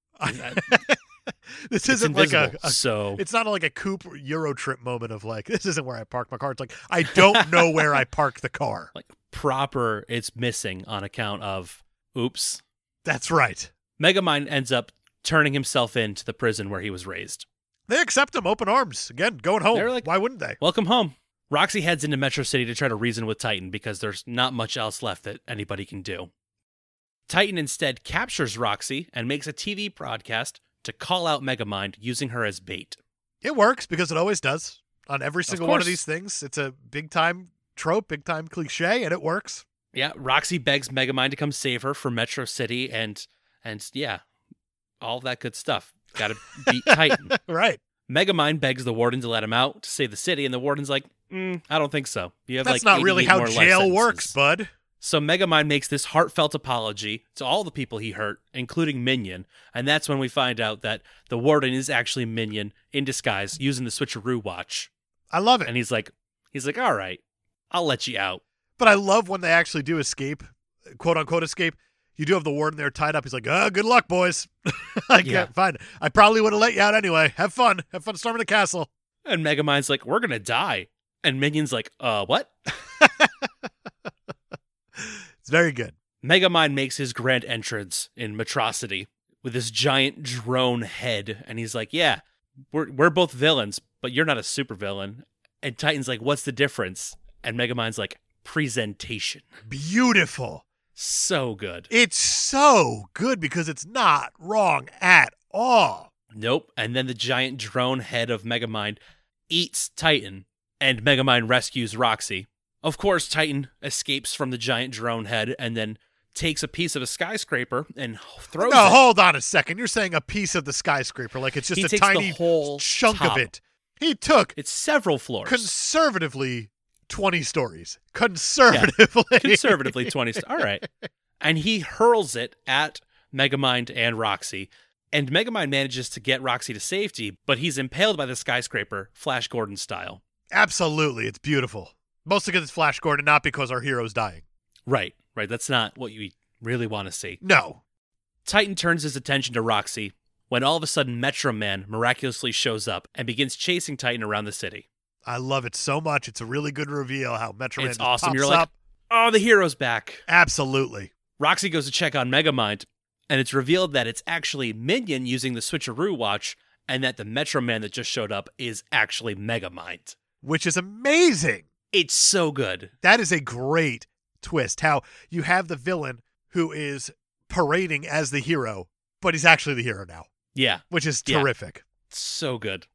B: It's
A: this
B: it's
A: isn't like a,
B: invisible,
A: a-
B: so
A: It's not like a coupe Euro trip moment of like, this isn't where I park my car. It's like, I don't know where I park the car.
B: like proper. It's missing on account of oops.
A: That's right.
B: Megamind ends up turning himself in to the prison where he was raised.
A: They accept him open arms. Again, going home.
B: They're like-
A: Why wouldn't they?
B: Welcome home. Roxy heads into Metro City to try to reason with Titan because there's not much else left that anybody can do. Titan instead captures Roxy and makes a TV broadcast to call out Megamind using her as bait.
A: It works because it always does on every single one of
B: course.
A: these things. It's a big time trope, big time cliche, and it works.
B: Yeah, Roxy begs Megamind to come save her from Metro City and and yeah, all that good stuff. Got to beat Titan.
A: Right.
B: Megamind begs the warden to let him out to save the city, and the warden's like, mm, "I don't think so. You have
A: That's
B: like
A: not really
B: 88
A: how
B: more life
A: jail
B: sentences."
A: works, bud.
B: So Megamind makes this heartfelt apology to all the people he hurt, including Minion, and that's when we find out that the warden is actually Minion in disguise using the switcheroo watch.
A: I love it.
B: And he's like he's like, "All right, I'll let you out."
A: But I love when they actually do escape, quote unquote escape. You do have the warden there tied up. He's like, "Uh, good luck, boys." like, yeah.
B: Yeah.
A: fine. I probably would have let you out anyway. Have fun. Have fun storming the castle.
B: And Megamind's like, "We're going to die." And Minion's like, "Uh, what?"
A: It's very good.
B: Megamind makes his grand entrance in Metrocity with this giant drone head, and he's like, "Yeah, we're we're both villains, but you're not a supervillain." And Titan's like, "What's the difference?" And Megamind's like, "Presentation."
A: Beautiful.
B: So good.
A: It's so good because it's not wrong at all.
B: Nope. And then the giant drone head of Megamind eats Titan, and Megamind rescues Roxy. Of course, Titan escapes from the giant drone head and then takes a piece of a skyscraper and throws
A: no,
B: it.
A: hold on a second. You're saying a piece of the skyscraper, like it's just
B: He
A: a
B: takes the
A: tiny
B: whole
A: chunk
B: top.
A: of it. He took
B: It's several floors.
A: conservatively 20 stories. Conservatively.
B: conservatively 20 st- all right and he hurls it at megamind and roxy and megamind manages to get roxy to safety but he's impaled by the skyscraper flash gordon style
A: Absolutely. It's beautiful. Mostly because it's Flash Gordon, not because our hero's dying.
B: right right that's not what you really want to see
A: No.
B: titan turns his attention to roxy when all of a sudden metro man miraculously shows up and begins chasing titan around the city
A: I love it so much. It's a really good reveal how Metro Man
B: it's
A: just
B: awesome
A: pops
B: you're like
A: up.
B: oh the hero's back
A: Absolutely.
B: Roxy goes to check on Megamind, and it's revealed that it's actually Minion using the Switcheroo watch, and that the Metro Man that just showed up is actually Megamind.
A: Which is amazing.
B: It's so good.
A: That is a great twist. How you have the villain who is parading as the hero, but he's actually the hero now,
B: Yeah,
A: which is
B: Yeah.
A: terrific.
B: it's so good.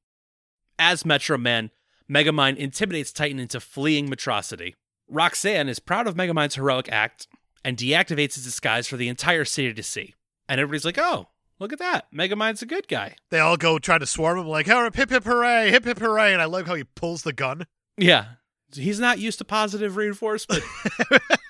B: As Metro Man, Megamind intimidates Titan into fleeing Metrocity. Roxanne is proud of Megamind's heroic act and deactivates his disguise for the entire city to see. And everybody's like, oh, look at that. Megamind's a good guy.
A: They all go try to swarm him, like, "All right, hip hip hooray, hip hip hooray!" And I love how he pulls the gun.
B: Yeah. He's not used to positive reinforcement.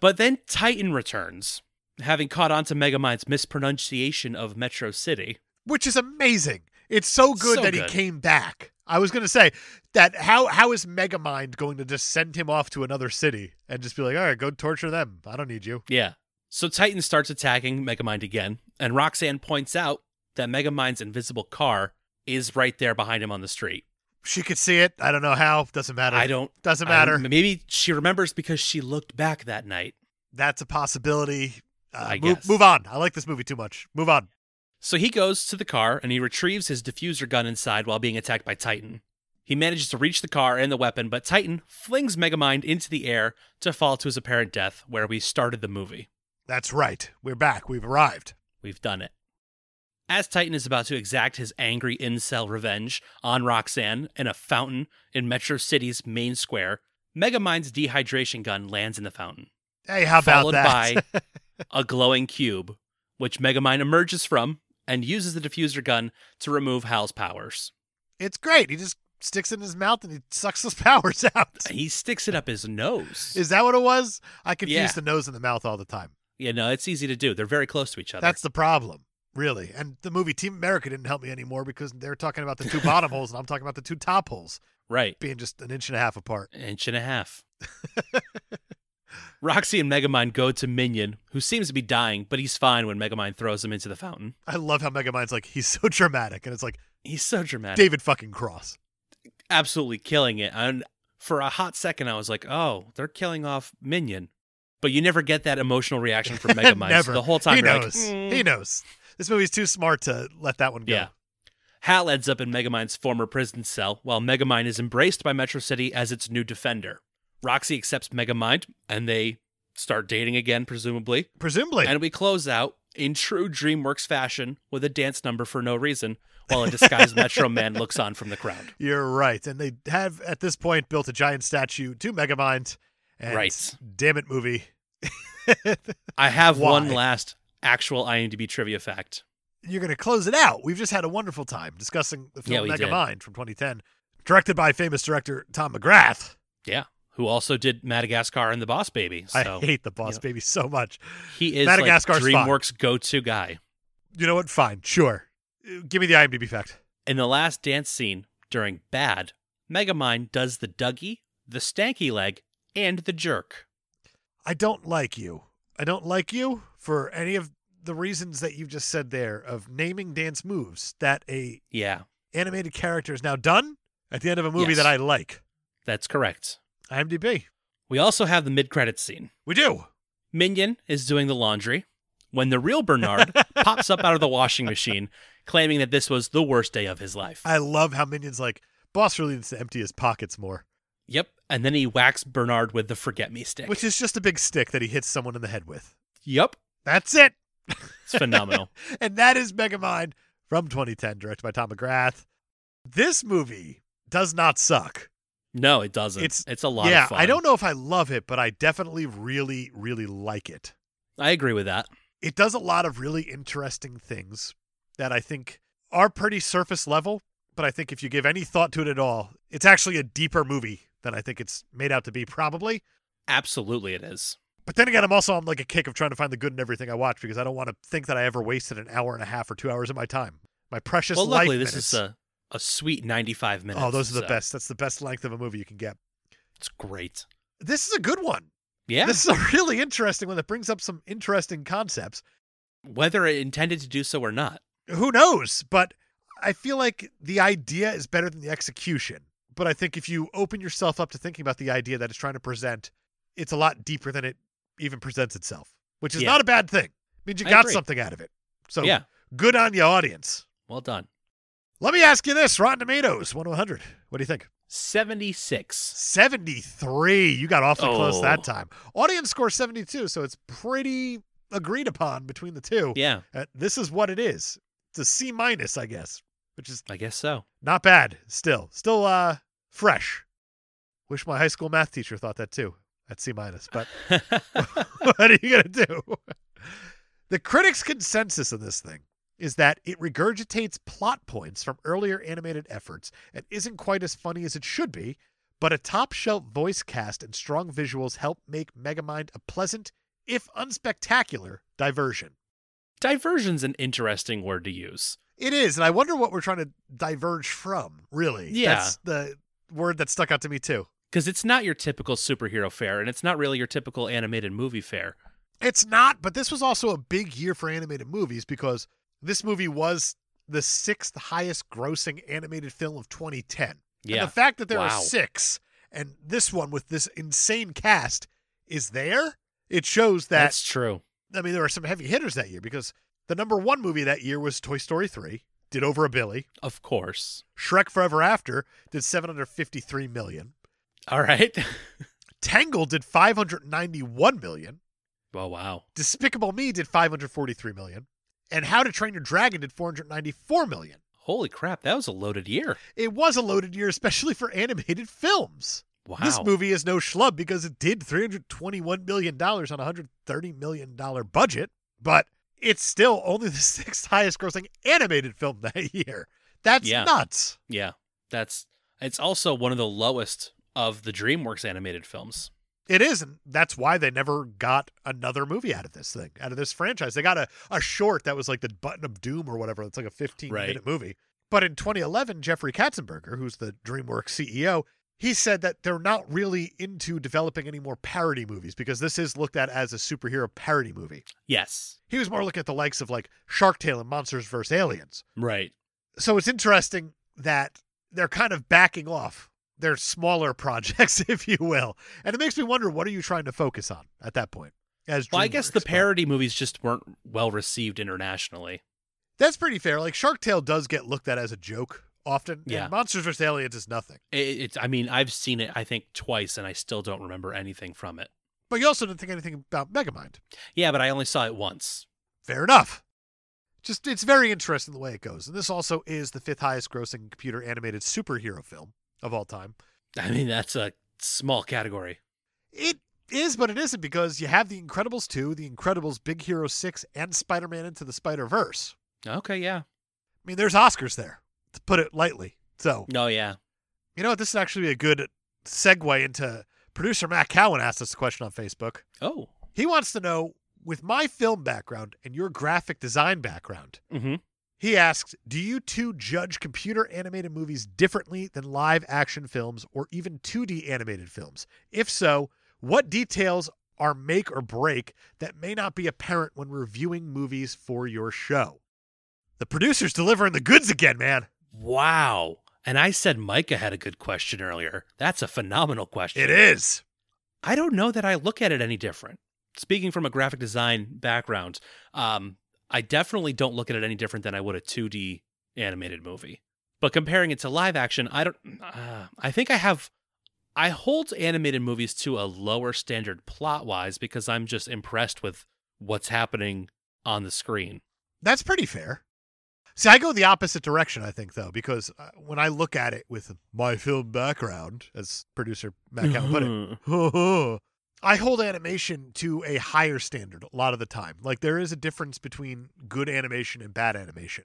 B: but then Titan returns, having caught on to Megamind's mispronunciation of Metro City.
A: which is amazing. It's so good
B: So
A: that
B: good.
A: he came back. I was going to say that how how is Megamind going to just send him off to another city and just be like, "All right, go torture them. I don't need you."
B: Yeah. So Titan starts attacking Megamind again, and Roxanne points out that Megamind's invisible car is right there behind him on the street.
A: She could see it. I don't know how. Doesn't matter.
B: I don't
A: Doesn't
B: I
A: matter.
B: don't- maybe she remembers because she looked back that night.
A: That's a possibility. Uh,
B: I
A: move,
B: guess.
A: move on. I like this movie too much. Move on.
B: So he goes to the car and he retrieves his diffuser gun inside while being attacked by Titan. He manages to reach the car and the weapon, but Titan flings Megamind into the air to fall to his apparent death, where we started the movie.
A: That's right. We're back. We've arrived.
B: We've done it. As Titan is about to exact his angry incel revenge on Roxanne in a fountain in Metro City's main square, Megamind's dehydration gun lands in the fountain,
A: Hey, how about
B: followed
A: that?
B: by a glowing cube, which Megamind emerges from and uses the diffuser gun to remove Hal's powers.
A: it's great. He just sticks it in his mouth and he sucks his powers out.
B: He sticks it up his nose.
A: Is that what it was? I confuse
B: Yeah.
A: the nose and the mouth all the time.
B: yeah, no, it's easy to do. They're very close to each other.
A: That's the problem, really. And the movie Team America didn't help me anymore because they're talking about the two bottom holes and I'm talking about the two top holes
B: right.
A: being just an inch and a half apart.
B: Inch and a half. Roxy and Megamind go to Minion, who seems to be dying, but he's fine when Megamind throws him into the fountain.
A: I love how Megamind's like, he's so dramatic. And it's like,
B: He's so dramatic.
A: David fucking Cross.
B: Absolutely killing it. And for a hot second, I was like, oh, they're killing off Minion. But you never get that emotional reaction from Megamind. So
A: Never.
B: the whole time
A: he
B: you're like,
A: knows.
B: "Mm."
A: He knows. This movie's too smart to let that one go.
B: Yeah. Hal ends up in Megamind's former prison cell, while Megamind is embraced by Metro City as its new defender. Roxy accepts Megamind, and they start dating again, presumably.
A: Presumably.
B: And we close out in true DreamWorks fashion with a dance number for no reason, while a disguised Metro Man looks on from the crowd.
A: You're right. And they have, at this point, built a giant statue to Megamind. And
B: Right.
A: Damn it, movie.
B: I have
A: Why?
B: one last actual IMDb trivia fact.
A: you're going to close it out. We've just had a wonderful time discussing the
B: Yeah,
A: film
B: we
A: Mega
B: did.
A: Mind from 2010, directed by famous director Tom McGrath.
B: Yeah, who also did Madagascar and The Boss Baby. So
A: I hate the Boss
B: you know.
A: Baby so much.
B: he is
A: Madagascar's
B: like
A: fine.
B: DreamWorks go-to guy.
A: You know what? Fine, sure. Uh, Give me the IMDb fact.
B: In the last dance scene during Bad, Megamind does the Dougie, the Stanky Leg, and the Jerk.
A: I don't like you. I don't like you for any of the reasons that you've just said there of naming dance moves that a
B: Yeah,
A: animated character is now done at the end of a movie
B: Yes.
A: that I like.
B: that's correct.
A: IMDb.
B: We also have the mid-credit scene.
A: We do.
B: Minion is doing the laundry when the real Bernard pops up out of the washing machine, claiming that this was the worst day of his life.
A: I love how Minions like Boss really needs to empty his pockets more,
B: yep. And then he whacks Bernard with the forget me stick.
A: which is just a big stick that he hits someone in the head with.
B: yep.
A: That's it.
B: It's phenomenal.
A: And that is Megamind from 2010, directed by Tom McGrath. This movie does not suck.
B: no, it doesn't. It's,
A: It's-
B: a lot
A: yeah,
B: of fun.
A: I don't know if I love it, but I definitely really, really like it.
B: I agree with that.
A: It does a lot of really interesting things that I think are pretty surface level, But I think if you give any thought to it at all, it's actually a deeper movie than I think it's made out to be, probably.
B: Absolutely, it is.
A: But then again, I'm also on like a kick of trying to find the good in everything I watch because I don't want to think that I ever wasted an hour and a half or two hours of my time. My precious
B: well,
A: life.
B: luckily, this
A: minutes.
B: is a, a sweet 95 minutes.
A: oh, those are the
B: so
A: best. That's the best length of a movie you can get.
B: It's great.
A: This is a good one.
B: Yeah.
A: This is a really interesting one that brings up some interesting concepts.
B: Whether it intended to do so or not.
A: who knows? But I feel like the idea is better than the execution. But I think if you open yourself up to thinking about the idea that it's trying to present, it's a lot deeper than it even presents itself, which is
B: Yeah.
A: not a bad thing. It means you
B: I
A: got
B: agree.
A: something out of it. So
B: yeah.
A: good on you, audience.
B: Well done.
A: Let me ask you this Rotten Tomatoes, 1 to 100. What do you think?
B: 76.
A: 73. You got awfully close
B: Oh.
A: that time. Audience score 72, so it's pretty agreed upon between the two.
B: Yeah,
A: Uh, this is what it is. It's a C minus, I guess, which is
B: I guess so.
A: Not bad. Still, still uh fresh. Wish my high school math teacher thought that too. At C minus, but what are you gonna do? The critics' consensus on this thing is that it regurgitates plot points from earlier animated efforts and isn't quite as funny as it should be, but a top shelf voice cast and strong visuals help make Megamind a pleasant, if unspectacular, diversion.
B: Diversion's an interesting word to use.
A: It is, and I wonder what we're trying to diverge from. Really,
B: Yeah.
A: that's the word that stuck out to me too.
B: Because it's not your typical superhero fare, and it's not really your typical animated movie fare.
A: It's not, but this was also a big year for animated movies because this movie was the sixth highest grossing animated film of 2010.
B: Yeah.
A: And the fact that there
B: Wow.
A: are six, and this one with this insane cast is there, it shows that
B: That's true.
A: I mean there are some heavy hitters that year because the number one movie that year was Toy Story 3, did over a billy.
B: Of course.
A: Shrek Forever After did 753 million.
B: All right.
A: Tangled did 591 million.
B: well, Oh, wow.
A: Despicable Me did 543 million, and How to Train Your Dragon did 494 million.
B: Holy crap. That was a loaded year.
A: It was a loaded year, especially for animated films.
B: Wow.
A: This movie is no schlub because it did 321 million dollars on a 130 million dollar budget, but it's still only the sixth highest grossing animated film that year. That's
B: Yeah.
A: nuts.
B: Yeah. That's. It's also one of the lowest of the DreamWorks animated films.
A: It is, and that's why they never got another movie out of this thing, out of this franchise. They got a, a short that was like the Button of Doom or whatever. That's like a 15
B: Right.
A: minute movie. But in 2011, Jeffrey Katzenberger, who's the DreamWorks CEO, he said that they're not really into developing any more parody movies because this is looked at as a superhero parody movie.
B: Yes.
A: He was more looking at the likes of like Shark Tale and Monsters vs. Aliens.
B: Right.
A: So it's interesting that they're kind of backing off their smaller projects, if you will. And it makes me wonder what are you trying to focus on at that point? As
B: Well, I guess
A: DreamWorks,
B: the
A: but
B: parody movies just weren't well received internationally.
A: That's pretty fair. Like Shark Tale does get looked at as a joke often. and
B: Yeah.
A: Monsters vs. Aliens is nothing.
B: It, it's. I mean, I've seen it. I think twice, and I still don't remember anything from it.
A: But you also didn't think anything about Megamind.
B: Yeah, but I only saw it once.
A: Fair enough. Just it's very interesting the way it goes. And this also is the fifth highest grossing computer animated superhero film of all time.
B: I mean, that's a small category.
A: It is, but it isn't because you have The Incredibles 2, The Incredibles Big Hero 6, and Spider Man Into the Spider Verse.
B: Okay, yeah.
A: I mean, there's Oscars there, to put it lightly. So,
B: No, Oh, yeah.
A: you know what? This would actually be a good segue into producer Matt Cowan asked us a question on Facebook.
B: Oh.
A: He wants to know with my film background and your graphic design background,
B: Mm-hmm.
A: he asks, do you two judge computer animated movies differently than live action films or even 2D animated films? If so, what details are make or break that may not be apparent when reviewing movies for your show? The producer's delivering the goods again, man.
B: Wow. And I said Micah had a good question earlier. That's a phenomenal question.
A: It is.
B: I don't know that I look at it any different. Speaking from a graphic design background, um, I definitely don't look at it any different than I would a 2D animated movie. But comparing it to live action, I don't. Uh, I think I have. I hold animated movies to a lower standard plot wise because I'm just impressed with what's happening on the screen.
A: That's pretty fair. See, I go the opposite direction, I think, though, because uh, when I look at it with my film background, as producer Matt Cowan put it, I hold animation to a higher standard a lot of the time. Like there is a difference between good animation and bad animation.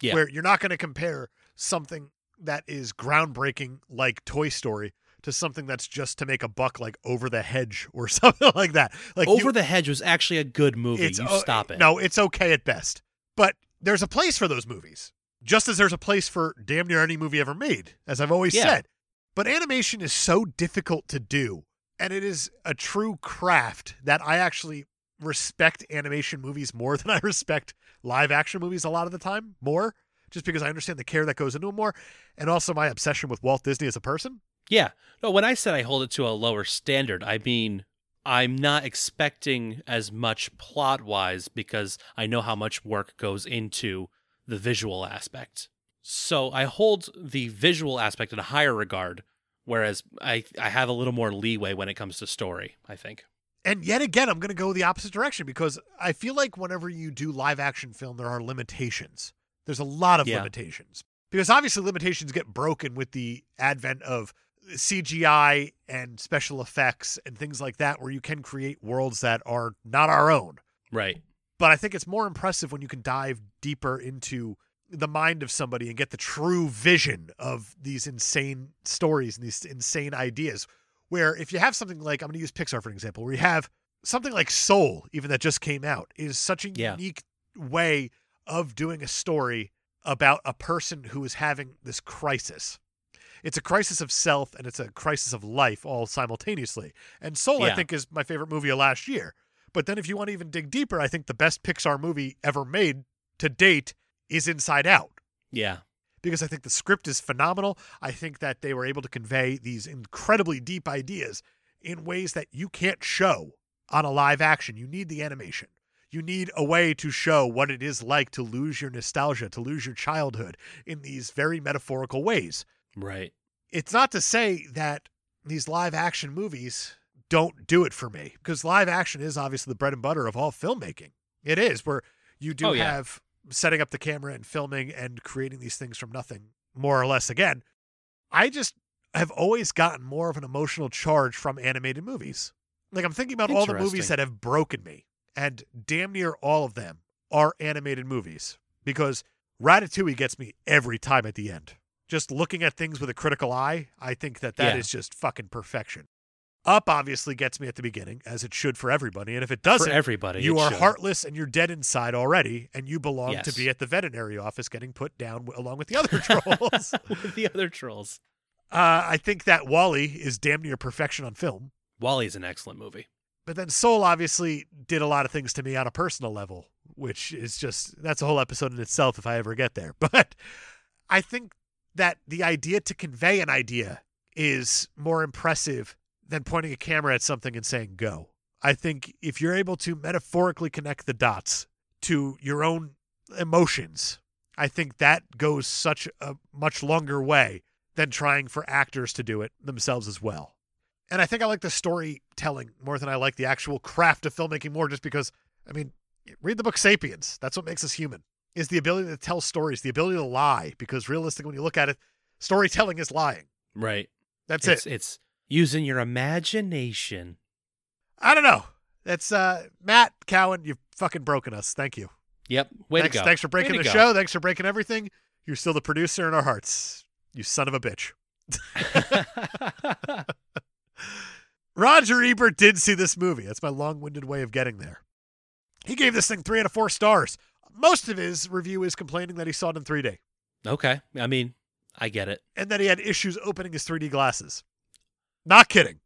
B: Yeah.
A: Where you're not going to compare something that is groundbreaking, like Toy Story, to something that's just to make a buck, like Over the Hedge or something like that. Like you-
B: Over the Hedge was actually a good movie.
A: it's
B: you
A: o-
B: stop it.
A: No, it's okay at best. But there's a place for those movies, just as there's a place for damn near any movie ever made, as I've always
B: Yeah.
A: said. But animation is so difficult to do, and it is a true craft that I actually respect animation movies more than I respect live action movies a lot of the time, more just because I understand the care that goes into them more, and also my obsession with Walt Disney as a person.
B: Yeah. No, when I said I hold it to a lower standard, I mean I'm not expecting as much plot wise because I know how much work goes into the visual aspect. So I hold the visual aspect in a higher regard, whereas I, I have a little more leeway when it comes to story, I think.
A: And yet again, I'm going to go the opposite direction because I feel like whenever you do live action film, there are limitations. There's a lot of
B: Yeah.
A: limitations because obviously limitations get broken with the advent of CGI and special effects and things like that, where you can create worlds that are not our own.
B: Right.
A: But I think it's more impressive when you can dive deeper into the mind of somebody and get the true vision of these insane stories and these insane ideas. Where if you have something like, I'm going to use Pixar for an example, where you have something like Soul, even that just came out, is such a
B: Yeah.
A: unique way of doing a story about a person who is having this crisis. It's a crisis of self and it's a crisis of life all simultaneously. And Soul, I
B: Yeah.
A: think, is my favorite movie of last year. But then if you want to even dig deeper, I think the best Pixar movie ever made to date is Inside Out
B: Yeah.
A: because I think the script is phenomenal. I think that they were able to convey these incredibly deep ideas in ways that you can't show on a live action. You need the animation. You need a way to show what it is like to lose your nostalgia, to lose your childhood in these very metaphorical ways.
B: Right.
A: It's not to say that these live action movies don't do it for me because live action is obviously the bread and butter of all filmmaking. It is where you do
B: Oh, yeah.
A: have setting up the camera and filming and creating these things from nothing, more or less. Again, I just have always gotten more of an emotional charge from animated movies. Like I'm thinking about all the movies
B: Interesting.
A: that have broken me, and damn near all of them are animated movies because Ratatouille gets me every time at the end. Just looking at things with a critical eye, I think that that is
B: Yeah.
A: just fucking perfection. Up obviously gets me at the beginning, as it should for everybody. And if it doesn't,
B: For everybody.
A: you
B: it
A: are
B: should.
A: heartless and you're dead inside already, and you belong to
B: Yes.
A: be at the veterinary office getting put down w- along with the other trolls. uh,
B: with the other trolls.
A: I think that Wally is damn near perfection on film.
B: Wally's an excellent movie.
A: But then Soul obviously did a lot of things to me on a personal level, which is just that's a whole episode in itself if I ever get there. But I think that the idea to convey an idea is more impressive than pointing a camera at something and saying go. I think if you're able to metaphorically connect the dots to your own emotions, I think that goes such a much longer way than trying for actors to do it themselves as well. And I think I like the storytelling more than I like the actual craft of filmmaking more, just because, I mean, read the book Sapiens. That's what makes us human, is the ability to tell stories, the ability to lie, because realistically, when you look at it, storytelling is lying.
B: Right.
A: That's
B: it's,
A: it.
B: it's using your imagination.
A: I don't know. That's uh, Matt Cowan. You've fucking broken us. Thank you.
B: Yep. Way
A: thanks,
B: to go.
A: thanks for
B: Way
A: breaking
B: to
A: the
B: go.
A: show. Thanks for breaking everything. You're still the producer in our hearts. You son of a bitch. Roger Ebert did see this movie. That's my long winded way of getting there. He gave this thing three out of four stars. Most of his review is complaining that he saw it in 3D
B: okay. I mean, I get it.
A: and that he had issues opening his 3D glasses. Not kidding.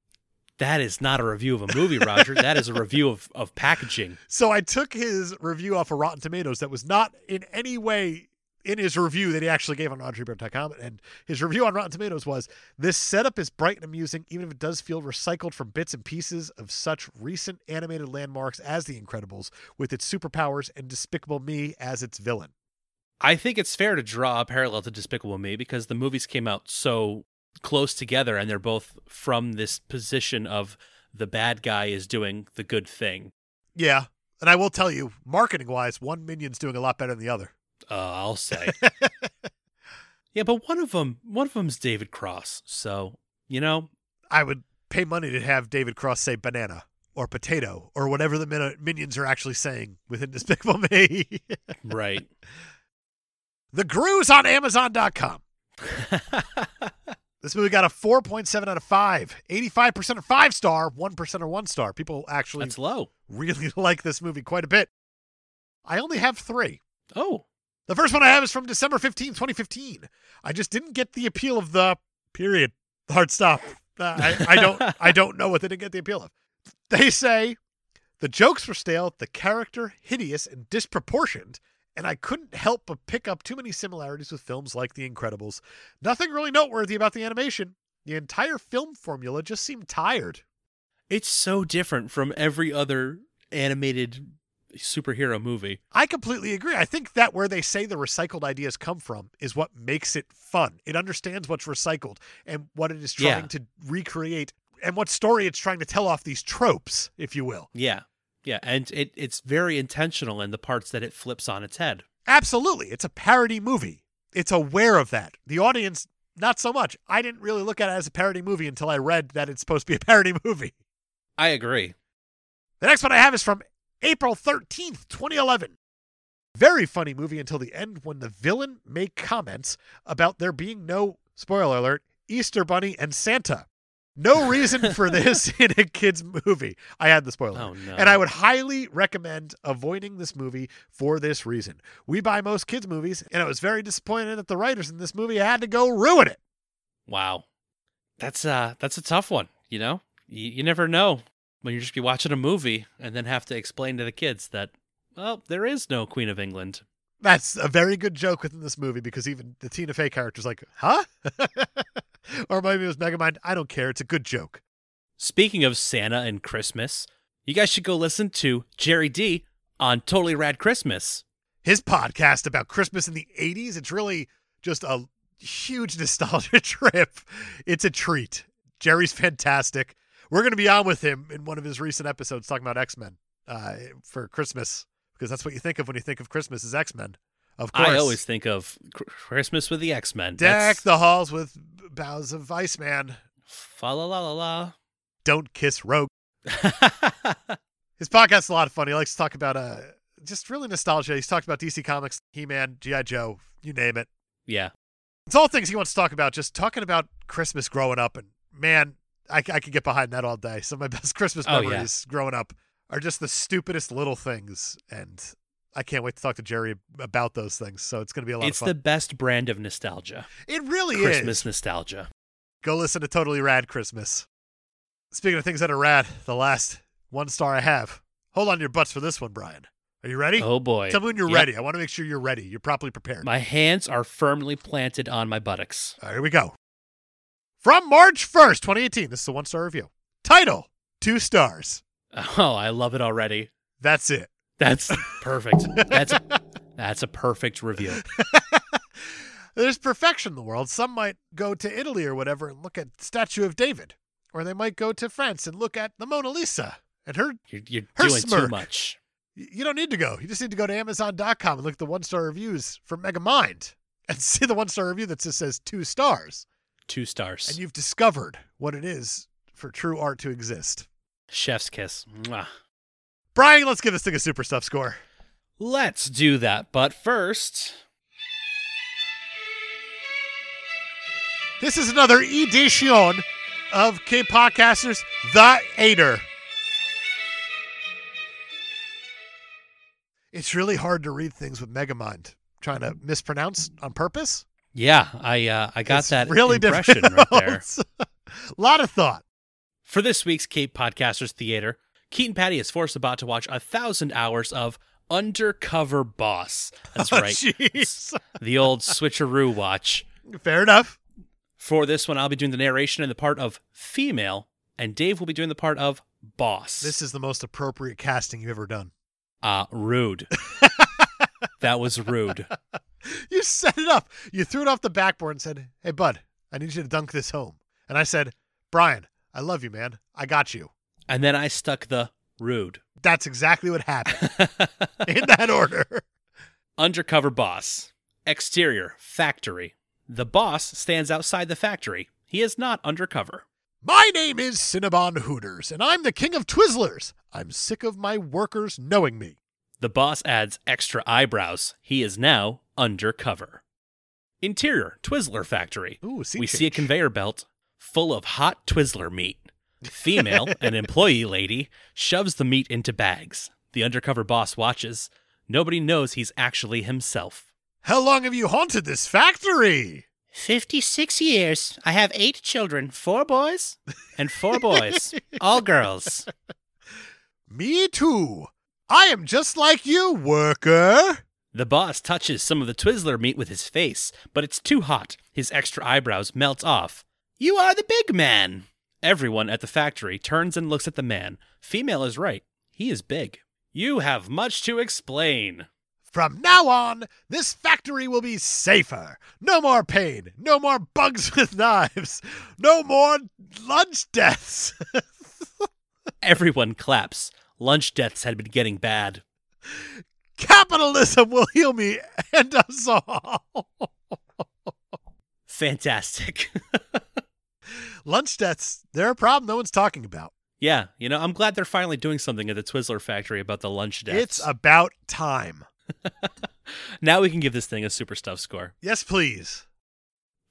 B: That is not a review of a movie, Roger. that is a review of, of packaging.
A: So I took his review off of Rotten Tomatoes that was not in any way in his review that he actually gave on RogerEbert.com. And his review on Rotten Tomatoes was this setup is bright and amusing, even if it does feel recycled from bits and pieces of such recent animated landmarks as The Incredibles, with its superpowers and Despicable Me as its villain.
B: I think it's fair to draw a parallel to Despicable Me because the movies came out so close together and they're both from this position of the bad guy is doing the good thing.
A: Yeah. And I will tell you, marketing wise, one minion's doing a lot better than the other.
B: Uh, I'll say. yeah, but one of them, one of them's David Cross. So, you know,
A: I would pay money to have David Cross say banana or potato or whatever the min- minions are actually saying within Despicable Me.
B: right.
A: the Grew's on Amazon.com. This movie got a 4.7 out of 5. 85% are 5 star, 1% are 1 star. People actually
B: That's low.
A: really like this movie quite a bit. I only have 3.
B: Oh,
A: The first one I have is from December 15, 2015. I just didn't get the appeal of the period. Hard stop. Uh, I, I don't I don't know what they didn't get the appeal of. They say the jokes were stale, the character hideous and disproportioned, and I couldn't help but pick up too many similarities with films like The Incredibles. Nothing really noteworthy about the animation. The entire film formula just seemed tired.
B: it's so different from every other animated superhero movie.
A: I completely agree. I think that where they say the recycled ideas come from is what makes it fun. It understands what's recycled and what it is trying
B: Yeah.
A: to recreate and what story it's trying to tell off these tropes, if you will.
B: Yeah. Yeah, and it, it's very intentional in the parts that it flips on its head.
A: Absolutely. It's a parody movie. It's aware of that. The audience, not so much. I didn't really look at it as a parody movie until I read that it's supposed to be a parody movie.
B: I agree.
A: The next one I have is from April 13th, 2011. Very funny movie until the end when the villain make comments about there being no, spoiler alert, Easter Bunny and Santa. No reason for this in a kid's movie. I had the spoiler.
B: Oh no.
A: And I would highly recommend avoiding this movie for this reason. We buy most kids' movies, and I was very disappointed that the writers in this movie had to go ruin it.
B: Wow. That's uh that's a tough one, you know? You, you never know when you just be watching a movie and then have to explain to the kids that well, there is no Queen of England.
A: That's a very good joke within this movie because even the Tina Fey character's like, huh? or maybe it was Megamind. I don't care. It's a good joke.
B: Speaking of Santa and Christmas, you guys should go listen to Jerry D on Totally Rad Christmas.
A: His podcast about Christmas in the 80s, it's really just a huge nostalgia trip. It's a treat. Jerry's fantastic. We're going to be on with him in one of his recent episodes talking about X Men uh, for Christmas because that's what you think of when you think of Christmas is X Men. Of course.
B: I always think of Cr- Christmas with the X-Men.
A: deck
B: That's-
A: the halls with bows of Iceman.
B: Fa la la la
A: Don't kiss Rogue.
B: la.
A: His podcast's a lot of fun. He likes to talk about uh, just really nostalgia. He's talked about DC Comics, He Man, G.I. Joe, you name it.
B: yeah.
A: It's all things he wants to talk about, just talking about Christmas growing up. And man, I, I could get behind that all day. Some of my best Christmas
B: Oh, yeah.
A: memories growing up are just the stupidest little things. And I can't wait to talk to Jerry about those things. So it's going to be a lot
B: It's
A: of
B: the
A: fun.
B: best brand of nostalgia.
A: it really
B: Christmas
A: is.
B: nostalgia.
A: Go listen to Totally Rad Christmas. Speaking of things that are rad, the last one star I have. Hold on to your butts for this one, Brian. Are you ready?
B: Oh boy.
A: Tell me when you're
B: Yep.
A: ready. I want to make sure you're ready. You're properly prepared.
B: My hands are firmly planted on my buttocks.
A: All right, here we go. From March 1st, 2018. This is a one star review. Title Two Stars.
B: Oh, I love it already.
A: That's it.
B: That's perfect. That's a, that's a perfect review.
A: There's perfection in the world. Some might go to Italy or whatever and look at Statue of David, or they might go to France and look at the Mona Lisa and her
B: You're, you're
A: Her
B: doing too
A: smirk.
B: much.
A: Y- You don't need to go. You just need to go to Amazon.com and look at the one star reviews from Megamind and see the one star review that just says two stars.
B: Two stars.
A: And you've discovered what it is for true art to exist.
B: Chef's kiss. Mwah.
A: Brian, let's give this thing a super stuff score.
B: Let's do that. But first,
A: This is another edition of K Podcasters, The Aider. It's really hard to read things with Megamind. Trying to mispronounce on purpose?
B: yeah, I uh, I got
A: It's
B: that
A: really
B: impression
A: difficult.
B: right there.
A: A lot of thought.
B: For this week's Cape Podcasters Theater, Keaton Patty is forced about to watch a thousand hours of Undercover Boss. That's
A: Oh,
B: right.
A: Jeez.
B: the old switcheroo watch.
A: Fair enough.
B: For this one, I'll be doing the narration in the part of female, and Dave will be doing the part of boss.
A: This is the most appropriate casting you've ever done.
B: uh, rude. that was rude.
A: You set it up. You threw it off the backboard and said, Hey, bud, I need you to dunk this home. And I said, Brian, I love you, man. I got you.
B: And then I stuck the rude.
A: That's exactly what happened in that order.
B: Undercover boss. Exterior factory. The boss stands outside the factory. He is not undercover.
A: My name is Cinnabon Hooters, and I'm the king of Twizzlers. I'm sick of my workers knowing me.
B: The boss adds extra eyebrows. He is now undercover. Interior, Twizzler factory.
A: Ooh, sea
B: we see a
A: change.
B: conveyor belt full of hot Twizzler meat. Female, an employee lady, shoves the meat into bags. The undercover boss watches. Nobody knows he's actually himself.
A: How long have you haunted this factory?
B: 56 years. I have eight children four boys and four boys, all girls.
A: Me too. I am just like you, worker.
B: The boss touches some of the Twizzler meat with his face, but it's too hot. His extra eyebrows melt off. You are the big man. Everyone at the factory turns and looks at the man. Female is right. He is big. You have much to explain.
A: From now on, this factory will be safer. No more pain. No more bugs with knives. No more lunch deaths.
B: Everyone claps. Lunch deaths had been getting bad.
A: Capitalism will heal me and us all.
B: Fantastic.
A: Lunch deaths, they're a problem no one's talking about.
B: yeah, you know, I'm glad they're finally doing something at the Twizzler factory about the lunch deaths.
A: It's about time.
B: now we can give this thing a super stuff score.
A: Yes, please.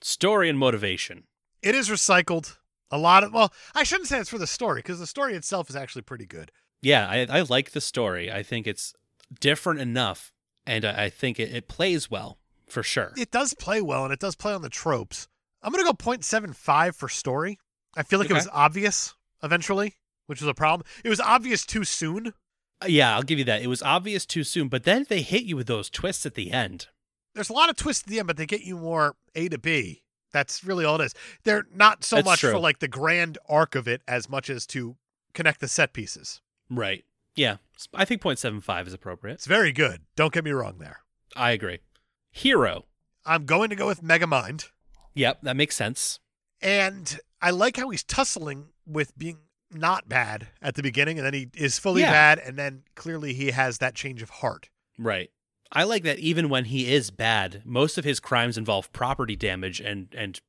B: Story and motivation.
A: It is recycled. A lot of, well, I shouldn't say it's for the story because the story itself is actually pretty good.
B: yeah I, I like the story i think it's different enough and i, I think it, it plays well for sure
A: It does play well and it does play on the tropes. I'm going to go 0.75 for story. I feel like it
B: Okay.
A: was obvious eventually, which was a problem. It was obvious too soon.
B: Uh, yeah i'll give you that it was obvious too soon but then they hit you with those twists at the end
A: There's a lot of twists at the end, but they get you more A to B. That's really all it is. They're not so
B: That's
A: much for
B: true.
A: like the grand arc of it as much as to connect the set pieces.
B: right yeah S- i think 0.75 is appropriate
A: It's very good. Don't get me wrong there.
B: i agree hero
A: I'm going to go with Megamind.
B: yep that makes sense
A: And I like how he's tussling with being not bad at the beginning, and then he is fully
B: Yeah.
A: bad, and then clearly he has that change of heart.
B: right i like that even when he is bad most of his crimes involve property damage and and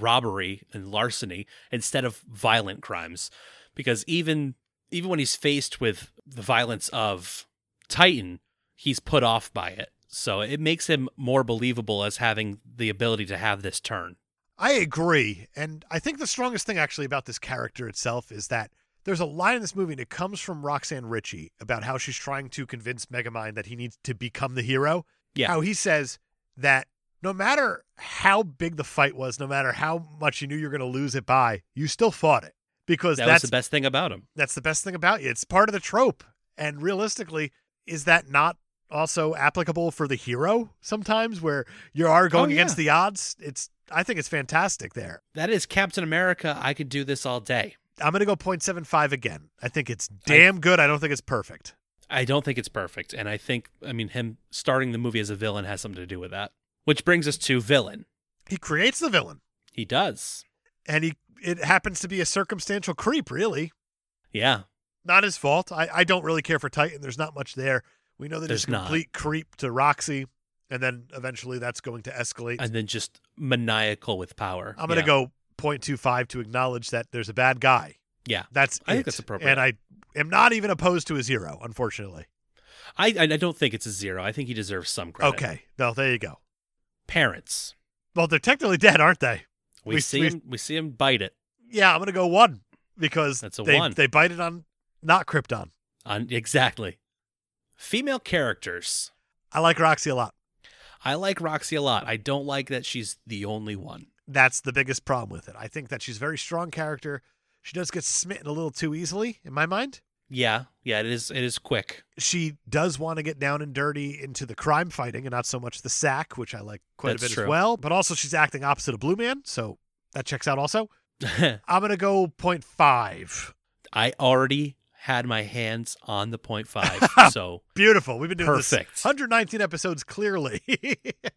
B: robbery and larceny instead of violent crimes because even even when he's faced with the violence of Titan, he's put off by it. So it makes him more believable as having the ability to have this turn.
A: I agree. And I think the strongest thing actually about this character itself is that there's a line in this movie and it comes from Roxanne Ritchie about how she's trying to convince Megamind that he needs to become the hero.
B: Yeah.
A: How he says that no matter how big the fight was, no matter how much you knew you were going to lose it by, you still fought it because
B: That was
A: that's
B: the best thing about him.
A: that's the best thing about you. It's part of the trope. And realistically, is that not also applicable for the hero sometimes where you are going
B: Oh, yeah.
A: against the odds? It's I think it's fantastic there.
B: That is Captain America. I could do this all day.
A: I'm going to go 0.75 again. I think it's damn good. I don't think it's perfect.
B: I don't think it's perfect. And I think, I mean, him starting the movie as a villain has something to do with that. Which brings us to villain.
A: He creates the villain
B: He does.
A: and he it happens to be a circumstantial creep, really.
B: Yeah.
A: Not his fault. I, I don't really care for Titan. There's not much there. We know that it's
B: There's not.
A: complete creep to Roxy and then eventually that's going to escalate.
B: And then just maniacal with power.
A: I'm going to
B: Yeah.
A: go 0.25 to acknowledge that there's a bad guy.
B: Yeah.
A: That's
B: I think
A: it.
B: that's appropriate.
A: And I am not even opposed to his hero, unfortunately.
B: I, I I don't think it's a zero. I think he deserves some credit.
A: Okay. Well, there you go.
B: Parents.
A: Well, they're technically dead, aren't they?
B: We,
A: We-
B: see
A: we-
B: him. We see him bite it.
A: Yeah, I'm gonna go one because
B: That's a
A: they
B: one.
A: they bite it on not Krypton.
B: On, exactly. Female characters.
A: I like Roxy a lot.
B: I like Roxy a lot. I don't like that she's the only one.
A: That's the biggest problem with it. I think that she's a very strong character. She does get smitten a little too easily, in my mind.
B: Yeah, yeah. It is. It is quick.
A: She does want to get down and dirty into the crime fighting and not so much the sack, which I like quite
B: That's
A: a bit
B: true.
A: as well. But also, she's acting opposite of Blue Man, so that checks out also.
B: I
A: I'm going to go 0.5.
B: already had my hands on the point five, so
A: Beautiful. We've been doing
B: Perfect.
A: this 119 episodes clearly.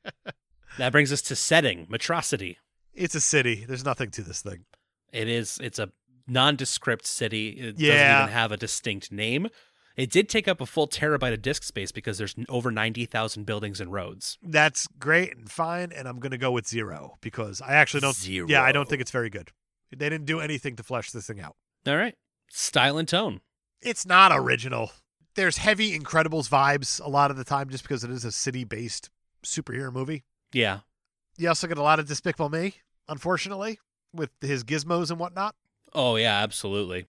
B: that brings us to setting metrosity.
A: it's a city. There's nothing to this thing.
B: It is. It's a nondescript city. It
A: Yeah.
B: doesn't even have a distinct name. It did take up a full terabyte of disk space because there's over ninety thousand buildings and roads.
A: That's great and fine, and I'm gonna go with zero because I actually don't.
B: Zero.
A: Yeah, I don't think it's very good. They didn't do anything to flesh this thing out.
B: All right. Style and tone.
A: It's not original. There's heavy Incredibles vibes a lot of the time, just because it is a city-based superhero movie.
B: Yeah.
A: You also get a lot of Despicable Me, unfortunately, with his gizmos and whatnot.
B: Oh yeah, absolutely.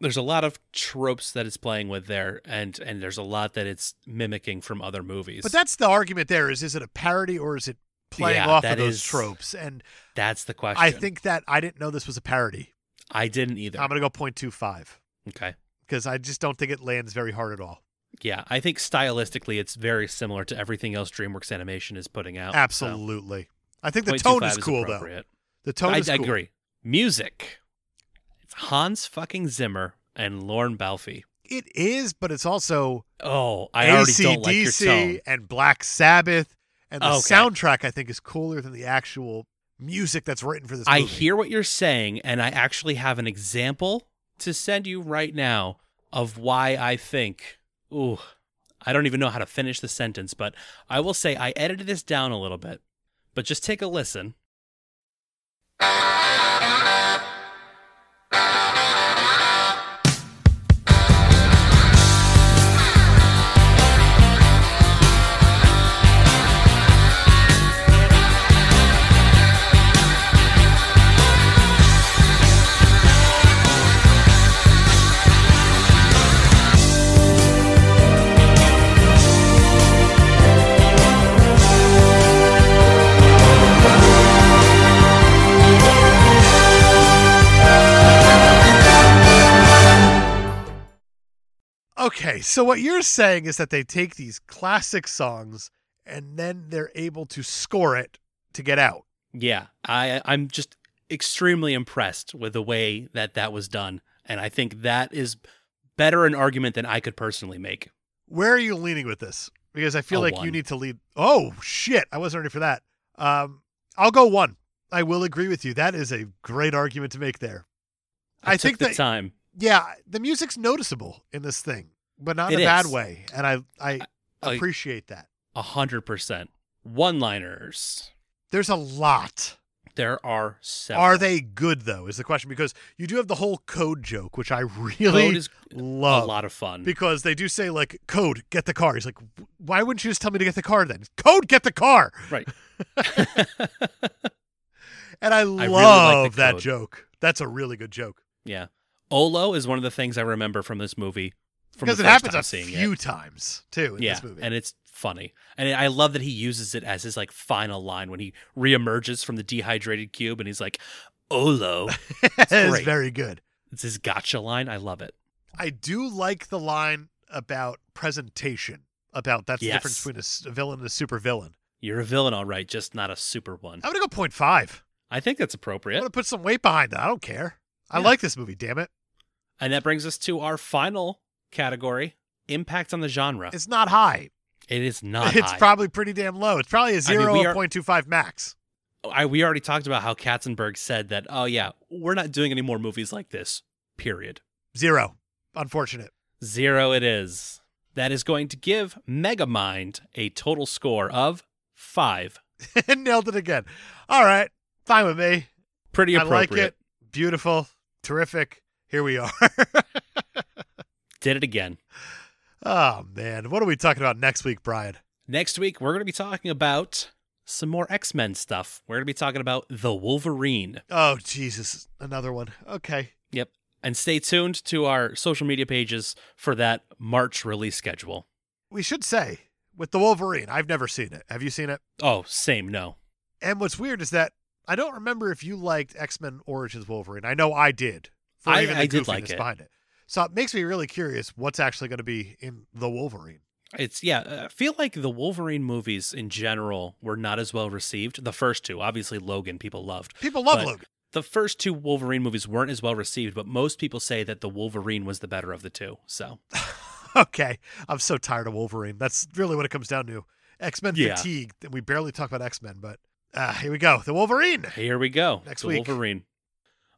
B: There's a lot of tropes that it's playing with there, and and there's a lot that it's mimicking from other movies.
A: But that's the argument there is is it a parody or is it playing
B: Yeah,
A: off
B: that
A: of those
B: is
A: tropes? And
B: that's the question.
A: I think that I didn't know this was a parody.
B: I didn't either.
A: I'm going to go 0.25
B: okay.
A: because I just don't think it lands very hard at all.
B: Yeah, I think stylistically it's very similar to everything else DreamWorks Animation is putting out. so
A: Absolutely. I think the
B: 0.25
A: tone is cool, though.
B: appropriate.
A: The tone
B: I,
A: is
B: I
A: cool.
B: agree. Music. It's Hans fucking Zimmer and Lorne Balfe.
A: It is, but it's also
B: Oh, I already don't like your
A: ACDC
B: tone.
A: and Black Sabbath. And the
B: Okay.
A: soundtrack, I think, is cooler than the actual music that's written for this
B: I
A: movie.
B: hear what you're saying, and I actually have an example to send you right now of why I think. Ooh, I don't even know how to finish the sentence, but I will say I edited this down a little bit. But just take a listen.
A: Okay, so what you're saying is that they take these classic songs and then they're able to score it to get out.
B: Yeah, I I'm just extremely impressed with the way that that was done, and I think that is better an argument than I could personally make.
A: Where are you leaning with this? Because I feel
B: A
A: like you
B: one.
A: need to lead. Oh shit, I wasn't ready for that. Um, I'll go one. I will agree with you. That is a great argument to make there. I
B: took
A: think
B: the
A: that-
B: time.
A: Yeah, the music's noticeable in this thing, but not in
B: It
A: a bad
B: is.
A: way, and I I
B: I-
A: appreciate that.
B: A hundred percent. One liners.
A: There's a lot.
B: There are several.
A: Are they good though? Is the question because you do have the whole code joke, which I really
B: Code is
A: love.
B: a lot of fun.
A: because they do say like code get the car he's like "W- why wouldn't you just tell me to get the car then code get the car
B: right.
A: and i
B: like
A: love
B: the
A: that
B: code.
A: joke that's a really good joke
B: yeah. Olo is one of the things I remember from this movie. From
A: because
B: the
A: it
B: first
A: happens
B: time
A: a
B: seeing
A: few
B: it.
A: times too in
B: yeah,
A: this movie
B: and it's funny, and I love that he uses it as his like final line when he reemerges from the dehydrated cube, and he's like, "Olo."
A: it's
B: great.
A: very good
B: It's his gotcha line. I love it.
A: i do like the line about presentation about that's the difference
B: Yes.
A: between a s- a, villain and a super villain
B: You're a villain, all right, just not a super one.
A: i'm gonna go 0.5
B: I think that's
A: i'm
B: appropriate.
A: gonna put some weight behind that i don't care i
B: Yeah.
A: like this movie damn it
B: And that brings us to our final category impact on the genre.
A: it's not high
B: It is not.
A: it's
B: high.
A: probably pretty damn low it's probably a
B: mean,
A: zero
B: we
A: or
B: are-
A: 0.25 max
B: I, we already talked about how Katzenberg said that, oh, yeah, we're not doing any more movies like this, period.
A: zero unfortunate
B: Zero it is. That is going to give Megamind a total score of five.
A: and nailed it again. All right, fine with me.
B: Pretty
A: I
B: appropriate.
A: like it. Beautiful, terrific. Here we are.
B: Did it again.
A: oh man, what are we talking about next week, Brian?
B: Next week, we're going to be talking about some more X Men stuff. We're going to be talking about The Wolverine.
A: Oh Jesus, another one. Okay,
B: Yep. And stay tuned to our social media pages for that March release schedule.
A: we should say with the Wolverine. I've never seen it. Have you seen it?
B: Oh, same. No.
A: And what's weird is that I don't remember if you liked X Men Origins Wolverine. I know I did. For
B: I-
A: even the
B: I did
A: goofiness
B: like it.
A: behind it. So it makes me really curious what's actually going to be in the Wolverine.
B: It's, yeah, I feel like the Wolverine movies in general were not as well received. The first two, obviously, Logan, people loved.
A: People love
B: But-
A: Logan.
B: The first two Wolverine movies weren't as well received, but most people say that the Wolverine was the better of the two. So,
A: okay. I'm so tired of Wolverine. That's really what it comes down to. X Men
B: Yeah.
A: fatigue. And we barely talk about X Men, but uh, here we go. The Wolverine.
B: here we go.
A: Next
B: the
A: week.
B: Wolverine.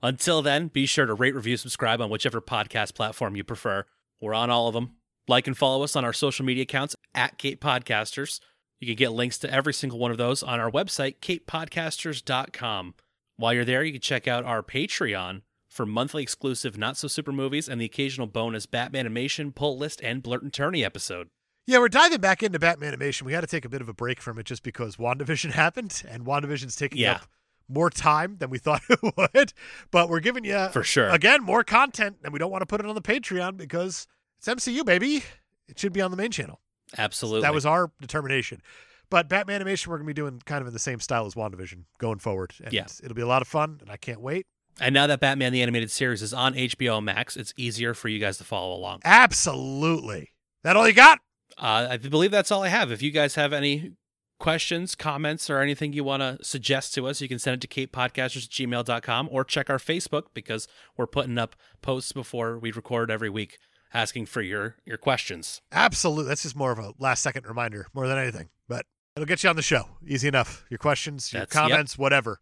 B: Until then, be sure to rate, review, subscribe on whichever podcast platform you prefer. We're on all of them. Like and follow us on our social media accounts at Kate Podcasters. You can get links to every single one of those on our website, katepodcasters.com. While you're there, you can check out our Patreon for monthly exclusive not so super movies and the occasional bonus Batman animation pull list and Blurt and Tourney episode.
A: Yeah, we're diving back into Batman animation. We had to take a bit of a break from it just because WandaVision happened, and WandaVision's taking
B: Yeah.
A: up more time than we thought it would. But we're giving you,
B: for sure.
A: again, more content, and we don't want to put it on the Patreon because it's MCU, baby. It should be on the main channel.
B: Absolutely.
A: That was our determination. But Batman animation, we're going to be doing kind of in the same style as WandaVision going forward. And
B: Yeah.
A: it'll be a lot of fun, and I can't wait.
B: and now that Batman the Animated Series is on HBO Max, it's easier for you guys to follow along.
A: Absolutely. That all you got?
B: Uh, I believe that's all I have. If you guys have any questions, comments, or anything you want to suggest to us, you can send it to katepodcasters@gmail.com or check our Facebook because we're putting up posts before we record every week asking for your, your questions.
A: Absolutely. That's just more of a last second reminder more than anything, but it'll get you on the show. Easy enough. Your questions, your
B: That's- yep.
A: comments, whatever.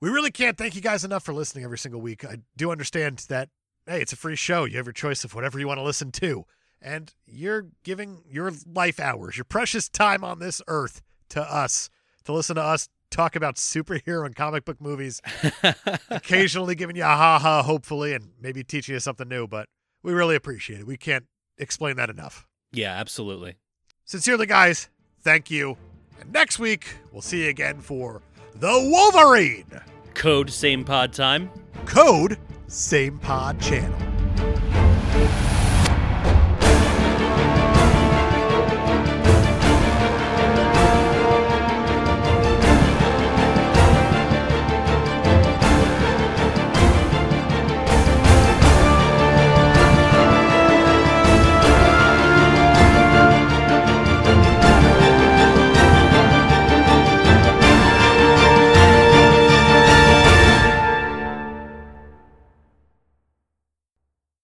A: We really can't thank you guys enough for listening every single week. I do understand that, hey, it's a free show. You have your choice of whatever you want to listen to. And you're giving your life hours, your precious time on this earth to us to listen to us talk about superhero and comic book movies, occasionally giving you a ha ha, hopefully, and maybe teaching you something new. But we really appreciate it. We can't explain that enough.
B: yeah, absolutely.
A: Sincerely, guys, thank you. And next week, we'll see you again for The Wolverine.
B: Code same pod time.
A: Code, same pod channel.